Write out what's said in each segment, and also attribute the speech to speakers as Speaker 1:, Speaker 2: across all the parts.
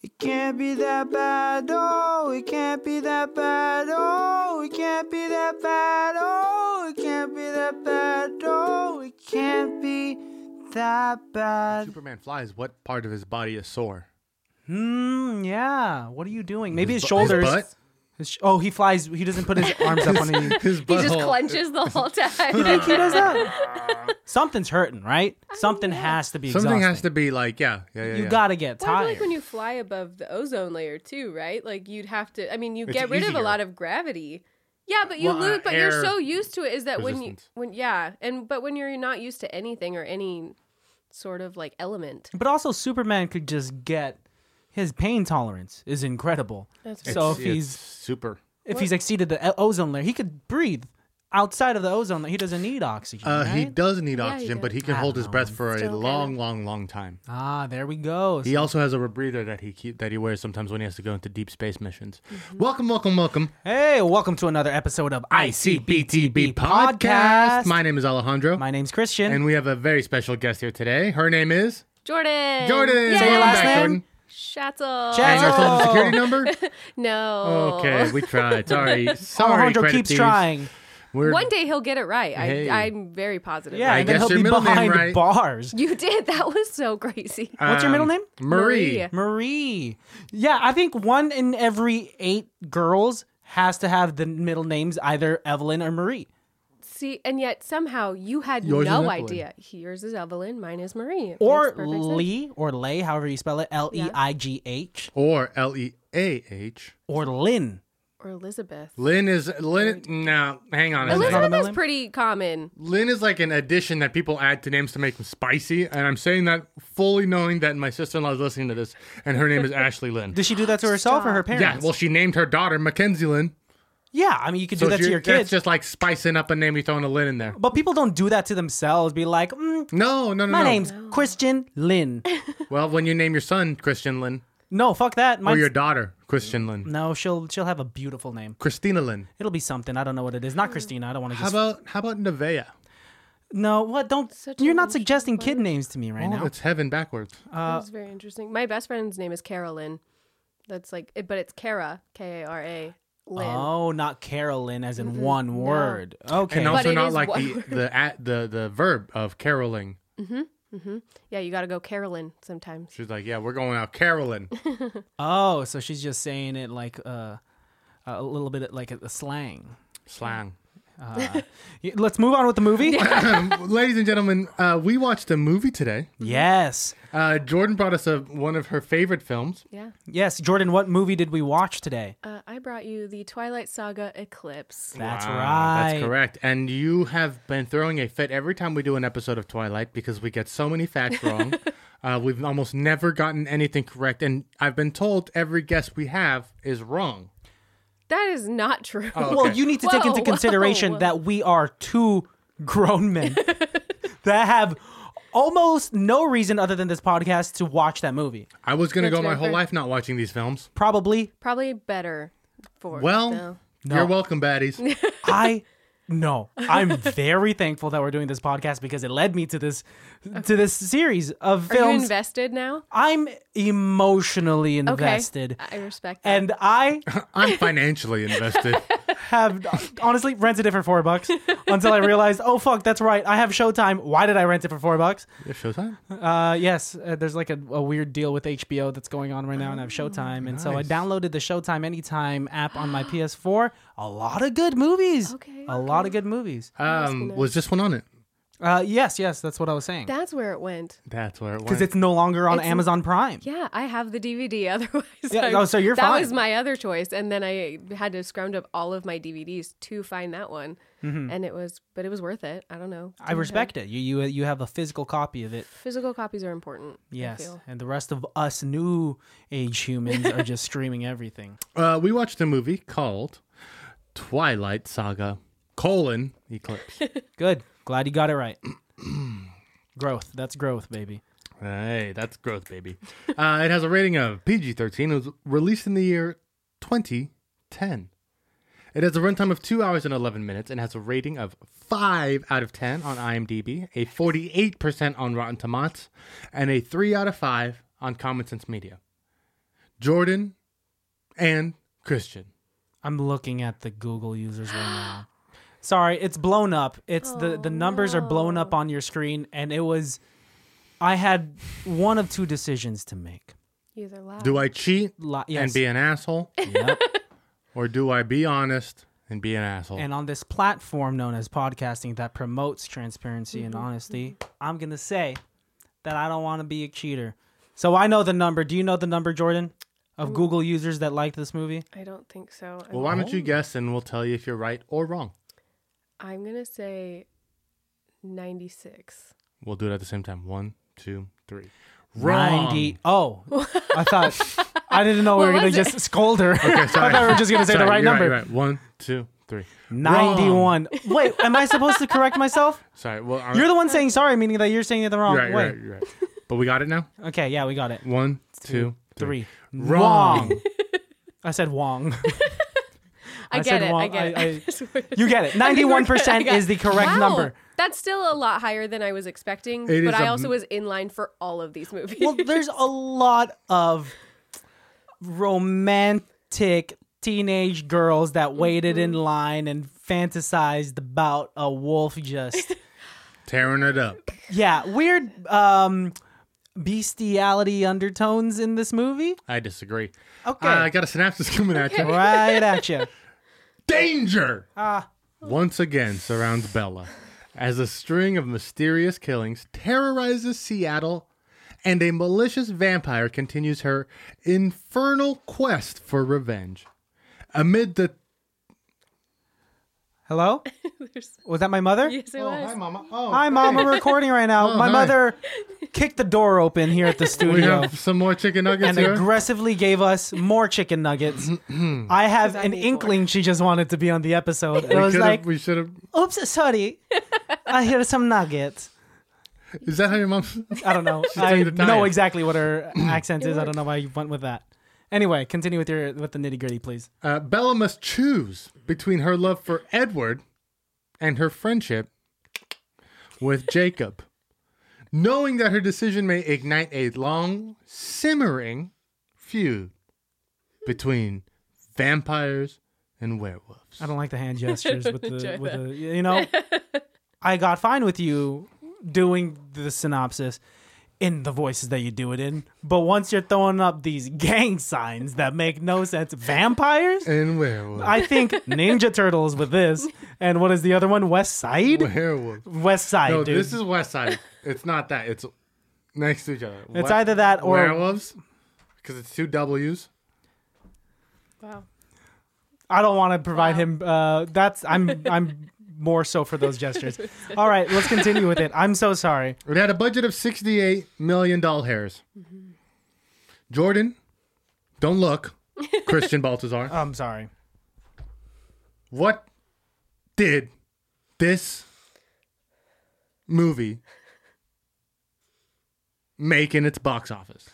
Speaker 1: It can't be that bad, oh, it can't be that bad, oh, it can't be that bad, oh, it can't be that bad, oh, it can't be that bad.
Speaker 2: Superman flies. What part of his body is sore?
Speaker 1: Hmm, yeah. What are you doing? Maybe his,
Speaker 2: bu- his
Speaker 1: shoulders.
Speaker 2: butt?
Speaker 1: His sh- oh, he flies. He doesn't put his arms up on any.
Speaker 2: His
Speaker 3: He
Speaker 2: butthole.
Speaker 3: just clenches the whole
Speaker 1: You think he
Speaker 3: time.
Speaker 1: does that? Something's hurting, right? Something has to be.
Speaker 2: Something has to
Speaker 1: exhausting.
Speaker 2: be like, yeah, yeah, yeah.
Speaker 1: You
Speaker 2: yeah.
Speaker 1: gotta get
Speaker 3: Well, I feel
Speaker 1: tired.
Speaker 3: like when you fly above the ozone layer too, right? Like you'd have to. I mean, you
Speaker 2: It's
Speaker 3: get rid of a
Speaker 2: easier.
Speaker 3: lot of gravity. Yeah, but you
Speaker 2: Well, uh,
Speaker 3: lose. But you're
Speaker 2: air
Speaker 3: so used to it is that when you
Speaker 2: resistance.
Speaker 3: when yeah, and but when you're not used to anything or any sort of like element.
Speaker 1: but also, Superman could just get his pain tolerance is incredible.
Speaker 3: That's
Speaker 1: so if
Speaker 2: It's
Speaker 1: he's
Speaker 2: super.
Speaker 1: if he's exceeded the o- ozone layer, he could breathe outside of the ozone layer. He doesn't need oxygen.
Speaker 2: Uh, He
Speaker 1: right?
Speaker 2: does need
Speaker 3: he
Speaker 2: oxygen,
Speaker 3: does.
Speaker 2: but he can
Speaker 1: I
Speaker 2: hold
Speaker 1: don't
Speaker 2: his
Speaker 1: know.
Speaker 2: breath for a
Speaker 3: Still
Speaker 2: long, long, long time.
Speaker 1: ah, there we go.
Speaker 2: He also has a rebreather that he keep, that he wears sometimes when he has to go into deep space missions. Welcome, welcome, welcome.
Speaker 1: hey, welcome to another episode of ICBTB podcast.
Speaker 2: My name is Alejandro,
Speaker 1: My name's Christian.
Speaker 2: and we have a very special guest here today. Her name is
Speaker 3: Jordan.
Speaker 2: Jordan.
Speaker 3: Yay!
Speaker 1: Say your
Speaker 2: Welcome
Speaker 1: last
Speaker 2: back,
Speaker 1: name.
Speaker 2: Jordan.
Speaker 3: Shatzel.
Speaker 2: And your social
Speaker 1: Oh.
Speaker 2: security number?
Speaker 3: No.
Speaker 2: Okay, we tried. Sorry, sorry.
Speaker 1: Alejandro
Speaker 2: credit
Speaker 1: keeps
Speaker 2: thieves.
Speaker 1: trying.
Speaker 2: We're
Speaker 3: One day he'll get it right. I,
Speaker 2: Hey.
Speaker 3: I'm very positive.
Speaker 1: Yeah,
Speaker 2: I
Speaker 1: and then
Speaker 2: guess
Speaker 1: he'll
Speaker 2: your
Speaker 1: be
Speaker 2: middle name,
Speaker 1: behind
Speaker 2: right?
Speaker 1: bars.
Speaker 3: You did. That was so crazy.
Speaker 1: What's your middle
Speaker 2: um,
Speaker 1: name?
Speaker 2: Marie.
Speaker 3: Marie.
Speaker 1: Marie. Yeah, I think one in every eight girls has to have the middle names either Evelyn or Marie.
Speaker 3: See, and yet somehow you had
Speaker 2: Yours is
Speaker 3: no
Speaker 2: Evelyn.
Speaker 3: idea. Yours is Evelyn, mine is Marie. It
Speaker 1: Or
Speaker 3: makes perfect sense.
Speaker 1: Lee or Lay, however you spell it. L E I G H.
Speaker 2: Or L E A H.
Speaker 1: Or Lynn.
Speaker 3: Or Elizabeth.
Speaker 2: Lynn is Lynn. No, hang on.
Speaker 1: not a
Speaker 2: a second.
Speaker 3: Elizabeth is
Speaker 1: melon?
Speaker 3: pretty common.
Speaker 2: Lynn is like an addition that people add to names to make them spicy, and I'm saying that fully knowing that my sister-in-law is listening to this, and her name is Ashley Lynn.
Speaker 1: Did she do that to herself or her
Speaker 2: Yeah,
Speaker 1: parents?
Speaker 2: well, she named her daughter Mackenzie Lynn.
Speaker 1: yeah, I mean, you could do
Speaker 2: So
Speaker 1: that
Speaker 2: she-
Speaker 1: to your
Speaker 2: that's
Speaker 1: kids.
Speaker 2: just like spicing up a name. You throwing a Lynn in there.
Speaker 1: But people don't do that to themselves. Be like, mm,
Speaker 2: No, no, no.
Speaker 1: my
Speaker 2: no.
Speaker 1: name's Christian Lynn.
Speaker 2: Well, when you name your son Christian Lynn
Speaker 1: no, fuck that.
Speaker 2: or
Speaker 1: Mine's,
Speaker 2: your daughter Christian Lynn,
Speaker 1: no, she'll she'll have a beautiful name.
Speaker 2: Christina Lynn.
Speaker 1: It'll be something. I don't know what it is. Not Christina. I don't want to
Speaker 2: How
Speaker 1: just.
Speaker 2: about how about Nevea?
Speaker 1: no, what? Don't.
Speaker 3: Such
Speaker 1: You're
Speaker 3: a
Speaker 1: not
Speaker 3: bullshit
Speaker 1: suggesting kid
Speaker 3: word.
Speaker 1: names to me right
Speaker 2: Oh,
Speaker 1: now.
Speaker 2: it's heaven backwards.
Speaker 1: Uh,
Speaker 3: that was very interesting. My best friend's name is Carolyn. That's like, it, but it's Kara, K A R A, Lynn.
Speaker 1: Oh, not Carolyn as in one word. Okay.
Speaker 2: And also
Speaker 3: it
Speaker 2: not
Speaker 3: is
Speaker 2: like
Speaker 3: one
Speaker 2: the the, at, the the verb of caroling.
Speaker 3: Yeah, you got to go Carolyn sometimes.
Speaker 2: She's like, yeah, we're going out caroling.
Speaker 1: oh, so she's just saying it like uh, a little bit like a, a slang.
Speaker 2: Slang.
Speaker 1: Y- Let's move on with the movie.
Speaker 2: Ladies and gentlemen, uh, we watched a movie today.
Speaker 1: yes.
Speaker 2: Uh, Jordan brought us a, one of her favorite films.
Speaker 3: Yeah.
Speaker 1: Yes, Jordan, what movie did we watch today?
Speaker 3: Uh, I brought you the Twilight Saga Eclipse.
Speaker 1: That's
Speaker 2: Wow,
Speaker 1: right.
Speaker 2: That's correct. And you have been throwing a fit every time we do an episode of Twilight because we get so many facts wrong. uh, we've almost never gotten anything correct. And I've been told every guess we have is wrong.
Speaker 3: That is not true.
Speaker 1: Well,
Speaker 2: Okay.
Speaker 1: you need to take
Speaker 3: Whoa,
Speaker 1: into
Speaker 3: whoa,
Speaker 1: consideration
Speaker 3: whoa.
Speaker 1: that we are two grown men that have almost no reason other than this podcast to watch that movie.
Speaker 2: I was going to
Speaker 3: That's
Speaker 2: go my
Speaker 3: right,
Speaker 2: whole
Speaker 3: fair.
Speaker 2: life not watching these films.
Speaker 1: Probably
Speaker 3: Probably better for
Speaker 2: Well,
Speaker 3: no.
Speaker 2: you're welcome, baddies.
Speaker 1: I no, I'm very thankful that we're doing this podcast because it led me to this to this series of
Speaker 3: Are you
Speaker 1: films.
Speaker 3: invested now?
Speaker 1: I'm emotionally
Speaker 3: Okay.
Speaker 1: invested.
Speaker 3: I respect that.
Speaker 1: And I
Speaker 2: I'm financially invested.
Speaker 1: have honestly rented it for four bucks until I realized, oh fuck, that's right. I have Showtime. Why did I rent it for four bucks?
Speaker 2: It's showtime.
Speaker 1: Uh, yes, uh, there's like a, a weird deal with HBO that's going on right now, and I have
Speaker 3: Oh,
Speaker 1: Showtime, and so I
Speaker 2: nice.
Speaker 1: downloaded the Showtime Anytime app on my PS4. A lot of good movies.
Speaker 3: Okay,
Speaker 1: A lot of good movies.
Speaker 2: Um, was this one on it?
Speaker 1: Uh, yes, yes, that's what I was saying.
Speaker 3: That's where it went.
Speaker 2: That's where it went.
Speaker 1: Because it's no longer on
Speaker 3: It's-
Speaker 1: Amazon Prime.
Speaker 3: Yeah, I have the DVD. Otherwise,
Speaker 1: Yeah,
Speaker 3: I-
Speaker 1: oh, so you're
Speaker 3: that
Speaker 1: fine.
Speaker 3: was my other choice, and then I had to scrounge up all of my DVDs to find that one, and it was, but it was worth it. I don't know.
Speaker 1: Mm-hmm. I respect it. You you you have a physical copy of it.
Speaker 3: Physical copies are important. I
Speaker 1: Yes,
Speaker 3: feel.
Speaker 1: and the rest of us new age humans are just streaming everything.
Speaker 2: Uh, we watched a movie called Twilight Saga: colon Eclipse.
Speaker 1: Good. Glad you got it right. growth. That's growth, baby.
Speaker 2: hey, that's growth, baby. Uh, it has a rating of PG-13. It was released in the year 2010. It has a runtime of two hours and 11 minutes and has a rating of five out of 10 on IMDb, a 48% on Rotten Tomatoes, and a three out of five on Common Sense Media. Jordan, and Christian.
Speaker 1: I'm looking at the Google users right now. Sorry, it's blown up. It's the the numbers are blown up on your screen, and it was. I had one of two decisions to make.
Speaker 3: You either laugh.
Speaker 2: Do I cheat
Speaker 1: Li-
Speaker 2: and
Speaker 1: yes.
Speaker 2: be an asshole,
Speaker 1: Yep.
Speaker 2: or do I be honest and be an asshole?
Speaker 1: and on this platform known as podcasting that promotes transparency and honesty, I'm gonna say that I don't want to be a cheater. So I know the number. Do you know the number, Jordan, of Google users that liked this movie?
Speaker 3: I don't think so. I'm,
Speaker 2: well, why
Speaker 1: Oh.
Speaker 2: don't you guess and we'll tell you if you're right or wrong.
Speaker 3: I'm gonna say 96.
Speaker 2: We'll do it at the same time. One, two, three.
Speaker 1: Ninety. Oh, I thought I didn't know we
Speaker 3: What
Speaker 1: were gonna
Speaker 3: was it?
Speaker 1: just scold her. I
Speaker 2: sorry.
Speaker 1: thought we were just gonna say
Speaker 2: Sorry,
Speaker 1: the right
Speaker 2: you're
Speaker 1: number.
Speaker 2: you're One, two, three.
Speaker 1: Ninety-one. Wait, am I supposed to correct myself?
Speaker 2: Sorry. Well, all right.
Speaker 1: You're the one saying sorry, meaning that you're saying it the wrong
Speaker 2: Uh, You're right, you're
Speaker 1: way.
Speaker 2: right, you're right. But we got it now.
Speaker 1: Okay, yeah, we got it.
Speaker 2: One, two, three.
Speaker 1: Three.
Speaker 2: Wrong.
Speaker 1: Wong. I said Wong.
Speaker 3: I,
Speaker 1: I
Speaker 3: get
Speaker 1: said
Speaker 3: it. I
Speaker 1: wrong.
Speaker 3: get it.
Speaker 1: I- I-
Speaker 3: just wanted-
Speaker 1: You get it.
Speaker 3: I think we're
Speaker 1: Ninety-one
Speaker 3: good. I
Speaker 1: percent
Speaker 3: got
Speaker 1: is the correct
Speaker 3: Wow.
Speaker 1: number.
Speaker 3: That's still a lot higher than I was expecting,
Speaker 2: It
Speaker 3: but
Speaker 2: is
Speaker 3: I
Speaker 2: a-
Speaker 3: also was in line for all of these movies.
Speaker 1: Well, there's a lot of romantic teenage girls that waited in
Speaker 3: Mm-hmm.
Speaker 1: line and fantasized about a wolf just
Speaker 2: Tearing it up.
Speaker 1: yeah weird um bestiality undertones in this movie
Speaker 2: I disagree.
Speaker 1: okay
Speaker 2: Uh, I got a synapses coming at you.
Speaker 1: right at you
Speaker 2: Danger!
Speaker 1: Ah.
Speaker 2: Once again surrounds Bella as a string of mysterious killings terrorizes Seattle and a malicious vampire continues her infernal quest for revenge. Amid the.
Speaker 1: hello
Speaker 3: There's-
Speaker 1: was that my mother
Speaker 3: yes, it was.
Speaker 2: Mama. Oh,
Speaker 1: hi mom we're recording right now my
Speaker 2: hi.
Speaker 1: mother kicked the door open here at the
Speaker 2: We
Speaker 1: studio
Speaker 2: have some more chicken nuggets
Speaker 1: and
Speaker 2: here.
Speaker 1: aggressively gave us more chicken nuggets. I have an
Speaker 3: need
Speaker 1: inkling she just wanted to be on the episode. And
Speaker 2: we
Speaker 1: I was
Speaker 2: could've-
Speaker 1: like,
Speaker 2: we should have.
Speaker 1: oops, sorry. I hear some nuggets.
Speaker 2: Is that how your mom?
Speaker 1: I don't know. I
Speaker 2: doing the
Speaker 1: know
Speaker 2: diet.
Speaker 1: exactly what her accent is. I don't know why you went with that. Anyway, continue with your with the nitty gritty, please.
Speaker 2: Uh, Bella must choose between her love for Edward and her friendship with Jacob, knowing that her decision may ignite a long, simmering feud between vampires and werewolves.
Speaker 1: I don't like the hand gestures with the
Speaker 3: Try
Speaker 1: with
Speaker 3: that.
Speaker 1: the you know. I got fine with you doing the synopsis in the voices that you do it in, but once you're throwing up these gang signs that make no sense, vampires.
Speaker 2: And werewolves.
Speaker 1: I think Ninja Turtles with this, and what is the other one? West Side.
Speaker 2: werewolves.
Speaker 1: West Side,
Speaker 2: No,
Speaker 1: dude.
Speaker 2: this is West Side. It's not that. It's next to each other.
Speaker 1: it's either that or
Speaker 2: werewolves because it's two W's.
Speaker 3: Wow.
Speaker 1: I don't want to provide him. Uh, that's I'm I'm more so for those gestures. All right, let's continue with it. I'm so sorry.
Speaker 2: It had a budget of $68 million hairs. Jordan, don't look. Christian Baltazar.
Speaker 1: I'm sorry.
Speaker 2: What did this movie make in its box office?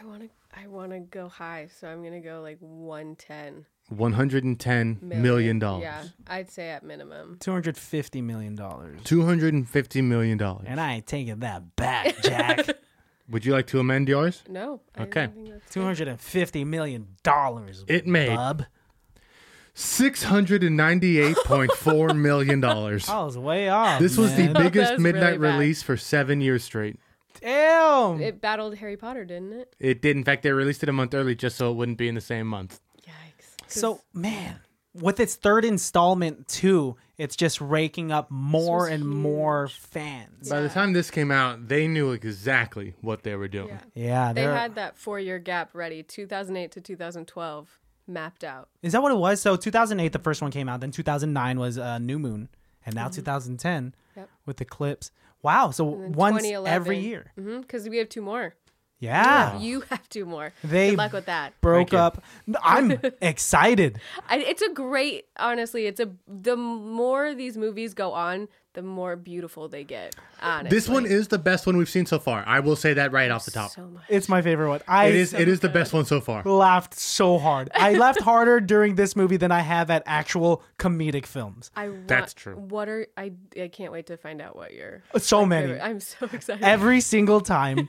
Speaker 3: I want to. I want to go high, so I'm gonna go like 110
Speaker 2: $110
Speaker 3: million.
Speaker 2: million. dollars.
Speaker 3: Yeah, I'd say at minimum.
Speaker 1: Two hundred fifty million dollars,
Speaker 2: $250 million. dollars.
Speaker 1: and I ain't taking that back, Jack.
Speaker 2: Would you like to amend yours?
Speaker 3: No. I
Speaker 2: Okay.
Speaker 3: don't think that's
Speaker 1: Two hundred and fifty million dollars.
Speaker 2: It made-
Speaker 1: Bub.
Speaker 2: $698.4 million. dollars.
Speaker 1: I was way off.
Speaker 2: This was the
Speaker 1: man.
Speaker 2: biggest
Speaker 3: was really
Speaker 2: midnight
Speaker 3: bad.
Speaker 2: release for seven years straight.
Speaker 1: damn.
Speaker 3: It battled Harry Potter, didn't it?
Speaker 2: It did. In fact, they released it a month early just so it wouldn't be in the same month.
Speaker 3: Yikes. 'Cause
Speaker 1: So man, with its third installment too, it's just raking up more and more fans. Yeah,
Speaker 2: By the time this came out, they knew exactly what they were doing.
Speaker 3: Yeah. they
Speaker 1: they're-
Speaker 3: had that four-year gap ready, 2008 to 2012, mapped out.
Speaker 1: is that what it was? So 2008, the first one came out. Then 2009 was uh, New Moon, and now 2010
Speaker 3: Mm-hmm. Yep.
Speaker 1: with the clips. Wow, so
Speaker 3: And
Speaker 1: once every year.
Speaker 3: Because Mm-hmm, we have two more.
Speaker 2: Ah.
Speaker 1: Yeah,
Speaker 3: You have two more.
Speaker 1: They-
Speaker 3: Good luck with that.
Speaker 1: broke
Speaker 2: you.
Speaker 1: up. I'm excited.
Speaker 3: I, it's a great, honestly, it's a, the more these movies go on, the more beautiful they get. Honestly,
Speaker 2: This one is the best one we've seen so far. I will say that right off the top.
Speaker 3: so much.
Speaker 1: It's my favorite one. I
Speaker 2: It is it is the best one so far.
Speaker 1: laughed so hard. I laughed harder during this movie than I have at actual comedic films.
Speaker 3: I want,
Speaker 2: That's true.
Speaker 3: What are I? I can't wait to find out what your
Speaker 1: Oh, Uh, So many.
Speaker 3: favorite. I'm so excited.
Speaker 1: Every single time,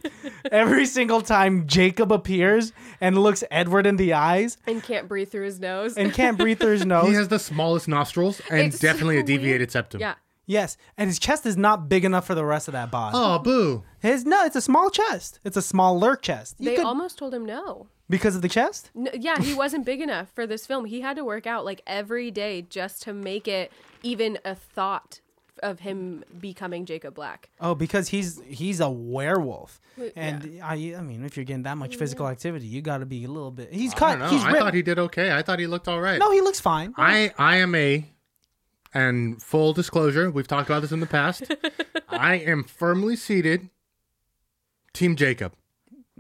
Speaker 1: every single time Jacob appears and looks Edward in the eyes
Speaker 3: and can't breathe through his nose.
Speaker 1: and can't breathe through his
Speaker 2: He
Speaker 1: nose.
Speaker 2: has the smallest nostrils and
Speaker 3: It's so
Speaker 2: definitely a
Speaker 3: weird.
Speaker 2: deviated septum.
Speaker 3: yeah,
Speaker 1: Yes, and his chest is not big enough for the rest of that bod.
Speaker 2: Oh, boo.
Speaker 1: His no, it's a small chest. It's a smaller chest. You
Speaker 3: they
Speaker 1: could-
Speaker 3: almost told him no.
Speaker 1: because of the chest.
Speaker 3: no. Yeah, he wasn't big enough for this film. He had to work out like every day just to make it even a thought of him becoming Jacob Black.
Speaker 1: Oh, because he's he's a werewolf,
Speaker 3: Wait, Mm-hmm.
Speaker 1: and I I mean, if you're getting that much physical activity, you got to be a little bit. He's
Speaker 2: I
Speaker 1: cut.
Speaker 2: don't know.
Speaker 1: He's
Speaker 2: I
Speaker 1: ripped.
Speaker 2: thought he did okay. I thought he looked all right.
Speaker 1: no, he looks fine.
Speaker 2: I I am a and full disclosure, we've talked about this in the past. I am firmly seated Team Jacob.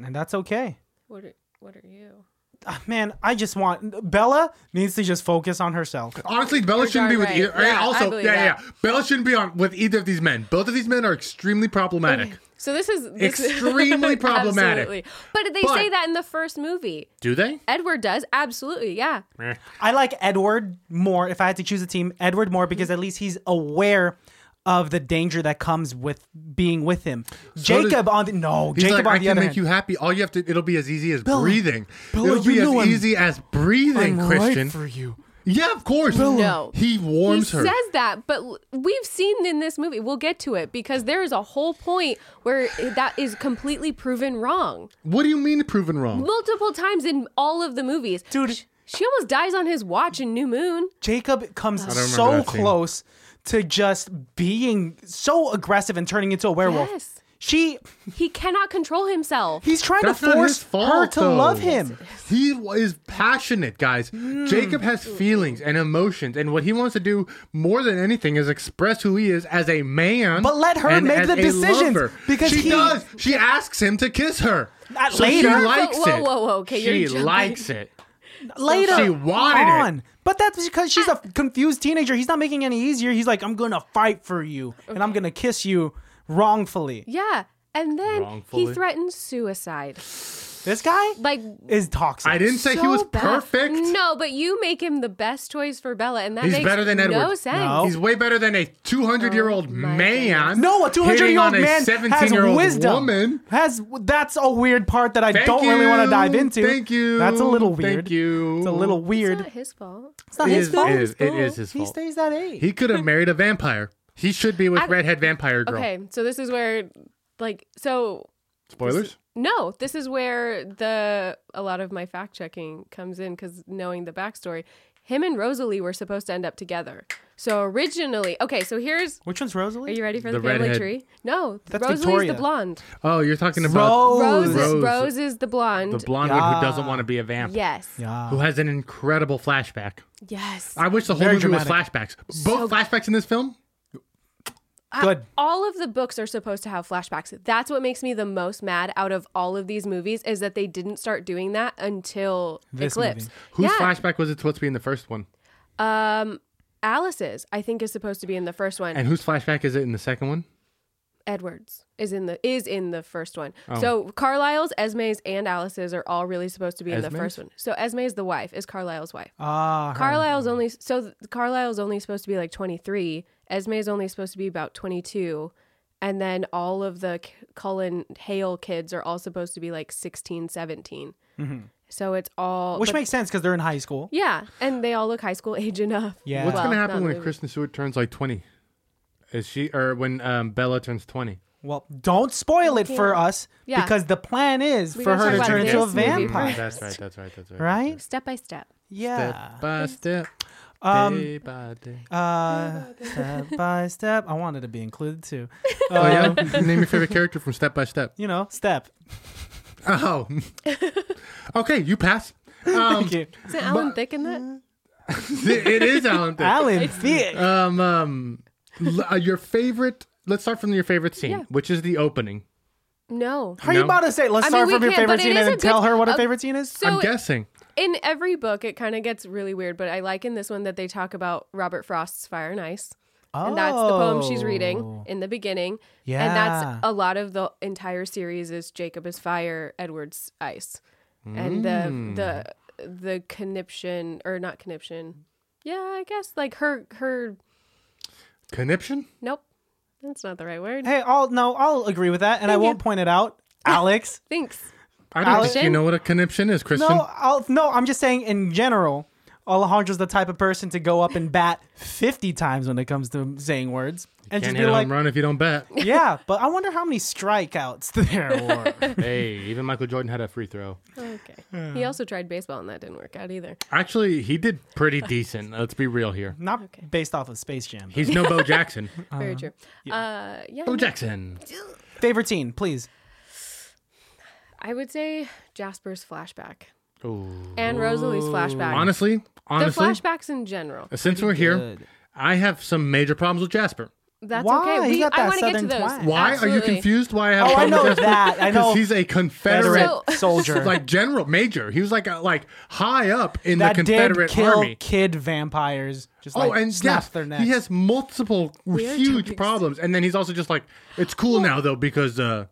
Speaker 1: and that's okay.
Speaker 3: What are, what are you?
Speaker 1: Ah, Man, I just want Bella needs to just focus on herself.
Speaker 2: Honestly, Bella
Speaker 3: You're
Speaker 2: shouldn't be
Speaker 3: darn
Speaker 2: with
Speaker 3: right.
Speaker 2: either.
Speaker 3: Yeah, I
Speaker 2: also, yeah,
Speaker 3: believe
Speaker 2: yeah,
Speaker 3: that.
Speaker 2: yeah. Bella shouldn't be on with either of these men. Both of these men are extremely problematic.
Speaker 3: So this is this is-
Speaker 2: Extremely problematic.
Speaker 3: Absolutely. But they
Speaker 2: But-
Speaker 3: say that in the first movie.
Speaker 2: Do they?
Speaker 3: Edward does absolutely, yeah.
Speaker 2: Eh.
Speaker 1: I like Edward more. If I had to choose a team, Edward more because at least he's aware of the danger that comes with being with him.
Speaker 2: does-
Speaker 1: Jacob on the no,
Speaker 2: He's
Speaker 1: Jacob
Speaker 2: like, I
Speaker 1: on the
Speaker 2: can
Speaker 1: other
Speaker 2: make
Speaker 1: hand.
Speaker 2: you happy. All you have to, it'll be as easy as breathing.
Speaker 1: Bella,
Speaker 2: it'll be
Speaker 1: you
Speaker 2: as
Speaker 1: know I'm-
Speaker 2: easy as breathing,
Speaker 1: I'm right
Speaker 2: Christian.
Speaker 1: for you.
Speaker 2: yeah, of course.
Speaker 3: No.
Speaker 2: He
Speaker 3: He
Speaker 2: warms her.
Speaker 3: says that, but l- we've seen in this movie. We'll get to it because there is a whole point where that is completely proven wrong
Speaker 2: what do you mean proven wrong?
Speaker 3: multiple times in all of the movies.
Speaker 1: Dude.
Speaker 3: Sh- she almost dies on his watch in New Moon.
Speaker 1: Jacob comes
Speaker 2: don't remember
Speaker 1: so
Speaker 2: that scene.
Speaker 1: close to just being so aggressive and turning into a werewolf.
Speaker 3: Yes.
Speaker 1: She
Speaker 3: He cannot control himself.
Speaker 1: he's trying
Speaker 2: That's
Speaker 1: to
Speaker 2: not
Speaker 1: force
Speaker 2: his fault,
Speaker 1: her to
Speaker 2: though.
Speaker 1: love him.
Speaker 2: He w- is passionate, guys. Jacob has feelings and emotions, and what he wants to do more than anything is express who he is as a man.
Speaker 1: But let her
Speaker 2: and
Speaker 1: make
Speaker 2: as
Speaker 1: the
Speaker 2: a
Speaker 1: decisions,
Speaker 2: lover.
Speaker 1: because
Speaker 2: she
Speaker 1: he-
Speaker 2: does. She asks him to kiss her.
Speaker 1: Not
Speaker 2: so
Speaker 1: later.
Speaker 2: She
Speaker 1: Whoa,
Speaker 2: likes
Speaker 3: whoa,
Speaker 2: it.
Speaker 3: whoa, whoa, okay, you're
Speaker 2: she
Speaker 3: jumping.
Speaker 2: likes it.
Speaker 1: Later
Speaker 2: She wanted it.
Speaker 1: on. But that's because she's a confused teenager. He's not making it any easier. He's like, I'm gonna fight for you and I'm gonna kiss you wrongfully.
Speaker 3: yeah. And then
Speaker 2: Wrongfully.
Speaker 3: he threatens suicide.
Speaker 1: This guy
Speaker 3: Like
Speaker 1: is toxic.
Speaker 2: I didn't say he
Speaker 3: so
Speaker 2: was
Speaker 3: bad.
Speaker 2: perfect.
Speaker 3: No, but you make him the best choice for Bella, and that
Speaker 2: He's
Speaker 3: makes
Speaker 2: better than Edward.
Speaker 3: no sense. Oh
Speaker 1: No.
Speaker 2: He's way better than a 200 year old
Speaker 3: my
Speaker 2: man.
Speaker 1: No, a 200 year old
Speaker 2: hitting on
Speaker 1: man
Speaker 2: a
Speaker 1: has
Speaker 2: 17 year old
Speaker 1: wisdom.
Speaker 2: woman.
Speaker 1: Has that's a weird part that I
Speaker 2: Thank
Speaker 1: don't really want to
Speaker 2: you.
Speaker 1: dive into.
Speaker 2: Thank you.
Speaker 1: That's a little weird.
Speaker 2: Thank you.
Speaker 1: It's a little
Speaker 3: It's
Speaker 1: weird.
Speaker 3: not his fault.
Speaker 1: It's not
Speaker 2: It
Speaker 1: his
Speaker 2: is-
Speaker 1: fault.
Speaker 2: It is, it is his
Speaker 1: he
Speaker 2: fault.
Speaker 1: stays that age.
Speaker 2: He could have married a vampire. He should be with
Speaker 3: I-
Speaker 2: redhead vampire girl.
Speaker 3: Okay, so this is where, like, so
Speaker 2: Spoilers.
Speaker 3: No, this is where the a lot of my fact checking comes in because knowing the backstory, him and Rosalie were supposed to end up together. So originally, okay, so here's.
Speaker 1: Which one's
Speaker 3: Are
Speaker 1: Rosalie?
Speaker 3: you ready for the,
Speaker 2: The
Speaker 3: family
Speaker 2: redhead.
Speaker 3: tree? No,
Speaker 1: That's
Speaker 3: Rosalie's
Speaker 1: Victoria.
Speaker 3: the blonde.
Speaker 2: Oh, you're talking about
Speaker 3: Rose,
Speaker 1: Rose.
Speaker 2: Oh, Rose.
Speaker 3: Rose, is the blonde.
Speaker 2: the blonde one who doesn't want to be a vamp.
Speaker 3: yes,
Speaker 2: Who has an incredible flashback.
Speaker 3: yes.
Speaker 2: I wish the whole
Speaker 1: Very
Speaker 2: movie was
Speaker 1: dramatic.
Speaker 2: flashbacks. Both flashbacks in this film?
Speaker 1: Good.
Speaker 3: all of the books are supposed to have flashbacks. That's what makes me the most mad out of all of these movies is that they didn't start doing that until
Speaker 1: This
Speaker 3: Eclipse.
Speaker 1: movie.
Speaker 2: Whose
Speaker 3: yeah,
Speaker 2: flashback was it supposed to be in the first one?
Speaker 3: um, Alice's I think is supposed to be in the first one.
Speaker 2: And whose flashback is it in the second one?
Speaker 3: Edwards is in the is in the first one.
Speaker 1: Oh.
Speaker 3: So Carlisle's, Esme's, and Alice's are all really supposed to be in the
Speaker 2: Esme's?
Speaker 3: first one. So Esme's the wife is Carlisle's wife.
Speaker 1: Ah, her.
Speaker 3: Carlisle's only so th- Carlisle's only supposed to be like 23. Esme's only supposed to be about 22. And then all of the C- Cullen Hale kids are all supposed to be like 16, 17. So it's all
Speaker 1: Mm-hmm. which
Speaker 3: but-
Speaker 1: makes sense because they're in high school.
Speaker 3: Yeah, and they all look high school age enough.
Speaker 1: Yeah.
Speaker 2: What's
Speaker 1: Well,
Speaker 2: going to
Speaker 3: not
Speaker 2: happen when
Speaker 3: really.
Speaker 2: Kristen Stewart turns like 20? Is she, or when um, Bella turns 20?
Speaker 1: Well, don't spoil it for us
Speaker 3: Yeah.
Speaker 1: because the plan is
Speaker 3: We
Speaker 1: for
Speaker 3: gotta
Speaker 1: her
Speaker 3: talk
Speaker 1: to
Speaker 3: about
Speaker 1: turn into a
Speaker 3: this movie
Speaker 1: vampire,
Speaker 3: first.
Speaker 2: That's right, that's right, that's right.
Speaker 1: right?
Speaker 3: Step by step.
Speaker 1: Yeah.
Speaker 2: Step by step,
Speaker 1: Um,
Speaker 2: day by day.
Speaker 1: Uh, step by step. I wanted to be included too. Uh,
Speaker 2: oh, yeah? Name your favorite character from Step by Step.
Speaker 1: You know, step.
Speaker 2: Oh. okay, you pass. Um,
Speaker 1: Thank you,
Speaker 3: Isn't Alan Thick in
Speaker 2: uh,
Speaker 3: that?
Speaker 2: it is Alan Thicke.
Speaker 1: Alan. Thick.
Speaker 2: Um, um, l- uh, your favorite. Let's start from your favorite scene,
Speaker 3: Yeah.
Speaker 2: which is the opening.
Speaker 3: No.
Speaker 1: How are you
Speaker 2: no.
Speaker 1: about to say? Let's
Speaker 3: I mean,
Speaker 1: start
Speaker 3: we
Speaker 1: from your
Speaker 3: can't,
Speaker 1: favorite
Speaker 3: but it
Speaker 1: scene
Speaker 3: is
Speaker 1: and then
Speaker 3: a
Speaker 1: tell
Speaker 3: good-
Speaker 1: her what her
Speaker 3: uh,
Speaker 1: favorite scene is.
Speaker 3: So
Speaker 2: I'm guessing.
Speaker 3: in every book it kind of gets really weird but i like in this one that they talk about robert frost's fire and ice And that's the poem she's
Speaker 1: Oh.
Speaker 3: reading in the beginning.
Speaker 1: Yeah.
Speaker 3: And that's a lot of the entire series is Jacob is fire, Edward's ice. And the the
Speaker 1: Hmm.
Speaker 3: the conniption or not conniption. Yeah, I guess like her her
Speaker 2: Conniption?
Speaker 3: nope. That's not the right word.
Speaker 1: Hey, I'll no, I'll agree with that, and I
Speaker 3: Thank you.
Speaker 1: won't point it out, Alex.
Speaker 3: Thanks.
Speaker 2: I don't think you
Speaker 3: Conniption?
Speaker 2: know what a conniption is, Christian.
Speaker 1: No, I'll, no, I'm just saying in general, Alejandro's the type of person to go up and bat 50 times when it comes to saying words, and just
Speaker 2: Can't hit
Speaker 1: be
Speaker 2: a
Speaker 1: like,
Speaker 2: home run if you don't bat.
Speaker 1: yeah. But I wonder how many strikeouts there were.
Speaker 2: hey, even Michael Jordan had a free throw.
Speaker 3: Okay. He also tried baseball and that didn't work out either.
Speaker 2: Actually, he did pretty decent. Let's be real here.
Speaker 1: Not based off of Space Jam.
Speaker 2: He's no Bo Jackson.
Speaker 1: Uh-huh.
Speaker 3: Very true. Uh yeah.
Speaker 2: Bo Jackson.
Speaker 1: Favorite team, please.
Speaker 3: I would say Jasper's flashback
Speaker 2: Ooh.
Speaker 3: and Rosalie's flashback.
Speaker 2: Honestly,
Speaker 3: the
Speaker 2: honestly,
Speaker 3: flashbacks in general.
Speaker 2: since we're here,
Speaker 1: good.
Speaker 2: I have some major problems with Jasper.
Speaker 3: That's
Speaker 1: Why?
Speaker 3: okay.
Speaker 1: He
Speaker 3: We,
Speaker 1: got
Speaker 3: I
Speaker 1: that
Speaker 3: want to get to
Speaker 1: Southern
Speaker 3: those.
Speaker 1: twang.
Speaker 2: Why are you
Speaker 3: Absolutely.
Speaker 2: confused? Why I have
Speaker 1: Oh, I
Speaker 2: problems
Speaker 1: know
Speaker 2: with Jasper?
Speaker 1: that. I
Speaker 2: 'Cause
Speaker 1: know.
Speaker 2: he's a Confederate
Speaker 3: So-
Speaker 1: soldier.
Speaker 2: like general, major. He was like a, like high up in
Speaker 1: that
Speaker 2: the Confederate
Speaker 1: did kill
Speaker 2: Army.
Speaker 1: kid vampires. Just
Speaker 2: Oh,
Speaker 1: like
Speaker 2: and
Speaker 1: snaps
Speaker 2: yes,
Speaker 1: their necks.
Speaker 2: he has multiple
Speaker 3: are
Speaker 2: huge
Speaker 3: topics.
Speaker 2: problems, and then he's also just like, it's cool now though because uh,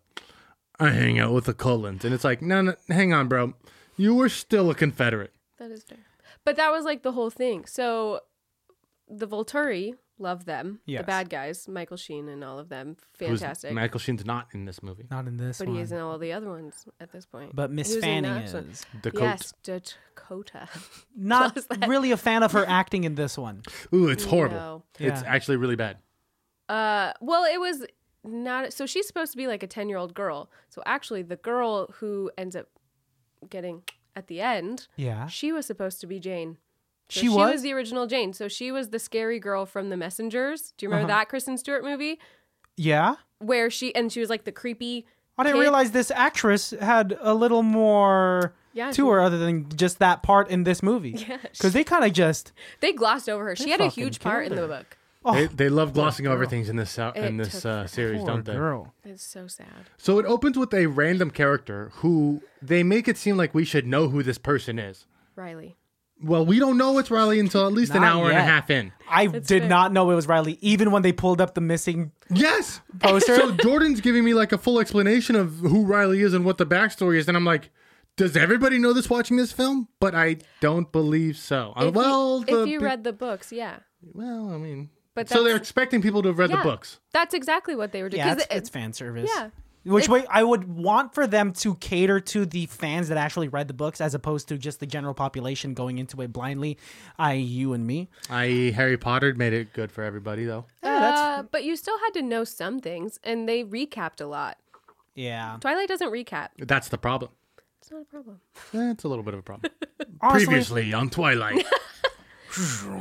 Speaker 2: I hang out with the Cullens, and it's like, no, no, hang on, bro, you were still a Confederate.
Speaker 3: That is fair. But that was like the whole thing. So the Volturi, love them.
Speaker 1: Yes.
Speaker 3: The bad guys, Michael Sheen and all of them.
Speaker 2: Who's-
Speaker 3: Fantastic.
Speaker 2: Michael Sheen's not in this movie.
Speaker 1: Not in this
Speaker 3: but
Speaker 1: one.
Speaker 3: he is in all the other ones at this point.
Speaker 1: but Miss
Speaker 3: He was in
Speaker 1: Fanning
Speaker 3: that one.
Speaker 1: is
Speaker 2: The coat.
Speaker 3: Yes, Dakota.
Speaker 1: not
Speaker 3: Plus that-
Speaker 1: really a fan of her acting in this one.
Speaker 2: Ooh, it's horrible.
Speaker 3: No.
Speaker 2: It's
Speaker 1: Yeah.
Speaker 2: actually really bad.
Speaker 3: Uh, well, it was not. So she's supposed to be like a 10 year old girl. So actually, the girl who ends up getting at the end,
Speaker 1: Yeah.
Speaker 3: she was supposed to be Jane. So
Speaker 1: She was?
Speaker 3: the original Jane. So she was the scary girl from The Messengers. Do you
Speaker 1: Uh-huh.
Speaker 3: remember that Kristen Stewart movie?
Speaker 1: Yeah.
Speaker 3: where she and she was like the creepy
Speaker 1: I didn't
Speaker 3: kid.
Speaker 1: realize this actress had a little more
Speaker 3: Yeah,
Speaker 1: to
Speaker 3: she-
Speaker 1: her other than just that part in this movie. Yeah. Because they kind of just,
Speaker 3: they glossed over her she had a
Speaker 1: fucking
Speaker 3: huge part
Speaker 1: killed
Speaker 3: in the
Speaker 1: her.
Speaker 3: book
Speaker 2: they, they love glossing over things in this uh, in
Speaker 3: It
Speaker 2: this
Speaker 3: took
Speaker 2: uh, series,
Speaker 1: poor
Speaker 2: don't they?
Speaker 1: girl.
Speaker 3: it's so sad
Speaker 2: So it opens with a random character who they make it seem like we should know who this person is.
Speaker 3: riley
Speaker 2: Well, we don't know it's Riley until at least an
Speaker 1: Not
Speaker 2: hour and a
Speaker 1: yet.
Speaker 2: half in.
Speaker 1: I did
Speaker 3: fair.
Speaker 1: not know it was Riley, even when they pulled up the missing
Speaker 2: Yes.
Speaker 1: poster.
Speaker 2: So Jordan's giving me like a full explanation of who Riley is and what the backstory is, and I'm like, does everybody know this watching this film? But I don't believe so. Uh,
Speaker 3: If you-
Speaker 2: well, the
Speaker 3: if you
Speaker 2: big-
Speaker 3: read the books yeah
Speaker 2: well, I mean,
Speaker 3: But
Speaker 2: so they're
Speaker 3: that's-
Speaker 2: expecting people to have read
Speaker 3: Yeah.
Speaker 2: the books.
Speaker 3: that's exactly what they were doing
Speaker 1: yeah, it's,
Speaker 3: 'Cause it-
Speaker 1: it's fan service.
Speaker 3: yeah.
Speaker 1: Which
Speaker 3: It's-
Speaker 1: way I would want for them to cater to the fans that actually read the books as opposed to just the general population going into it blindly, i.e., you and me.
Speaker 2: I Harry Potter made it good for everybody though.
Speaker 3: uh, but you still had to know some things and they recapped a lot
Speaker 1: Yeah.
Speaker 3: twilight doesn't recap
Speaker 2: That's the problem.
Speaker 3: it's not a problem
Speaker 2: That's a little bit of a problem.
Speaker 1: Honestly,
Speaker 2: Previously on Twilight.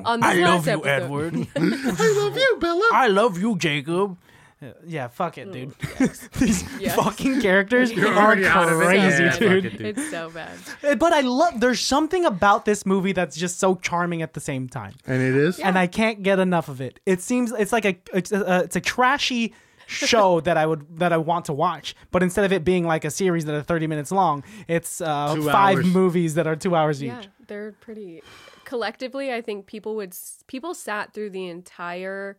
Speaker 3: on this last episode-
Speaker 2: I love you, Bella.
Speaker 1: I love you, Jacob. Yeah, fuck it, dude. These
Speaker 3: Yes.
Speaker 1: fucking characters
Speaker 2: Mm. You're
Speaker 1: are
Speaker 2: already
Speaker 1: crazy,
Speaker 2: out of it. Yeah, fuck
Speaker 1: dude. Eh,
Speaker 2: it, dude.
Speaker 3: it's so bad
Speaker 1: But I love. There's something about this movie that's just so charming at the same time,
Speaker 2: And it is.
Speaker 1: and I can't get enough of it. It seems it's like a it's a, uh, it's a trashy show that I would that I want to watch, but instead of it being like a series that are 30 minutes long, it's uh,
Speaker 2: Two
Speaker 1: five
Speaker 2: hours.
Speaker 1: movies that are two hours
Speaker 3: yeah
Speaker 1: each.
Speaker 3: they're pretty collectively i think people would s- people sat through the entire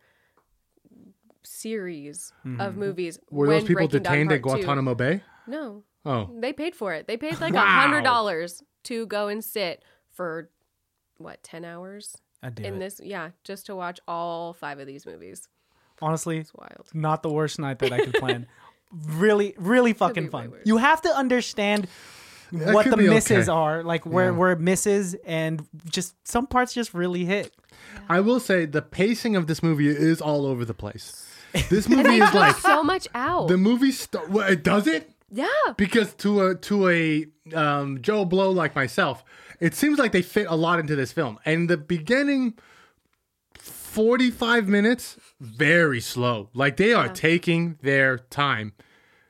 Speaker 3: series of
Speaker 1: Mm-hmm.
Speaker 3: movies
Speaker 2: Were
Speaker 3: when
Speaker 2: those people
Speaker 3: Breaking Dawn
Speaker 2: detained at
Speaker 3: Part Two-
Speaker 2: Guantanamo Bay?
Speaker 3: no
Speaker 2: Oh,
Speaker 3: They paid for it. They paid like a
Speaker 2: Wow.
Speaker 3: hundred dollars to go and sit for what ten hours
Speaker 1: I do
Speaker 3: in
Speaker 1: it.
Speaker 3: this. Yeah, just to watch all five of these movies.
Speaker 1: Honestly,
Speaker 3: It's wild.
Speaker 1: not the worst night that I could plan. really, really fucking
Speaker 3: way
Speaker 1: fun.
Speaker 3: worse.
Speaker 1: You have to understand what
Speaker 2: could
Speaker 1: the
Speaker 2: be
Speaker 1: misses
Speaker 2: okay.
Speaker 1: are, like where where it misses, and just some parts just really hit.
Speaker 2: I will say the pacing of this movie is all over the place. This movie is like
Speaker 3: so much out.
Speaker 2: the movie. St- well, it does it
Speaker 3: yeah,
Speaker 2: because to a to a um, Joe Blow like myself, it seems like they fit a lot into this film. And the beginning forty five minutes very slow. Like they are taking their time.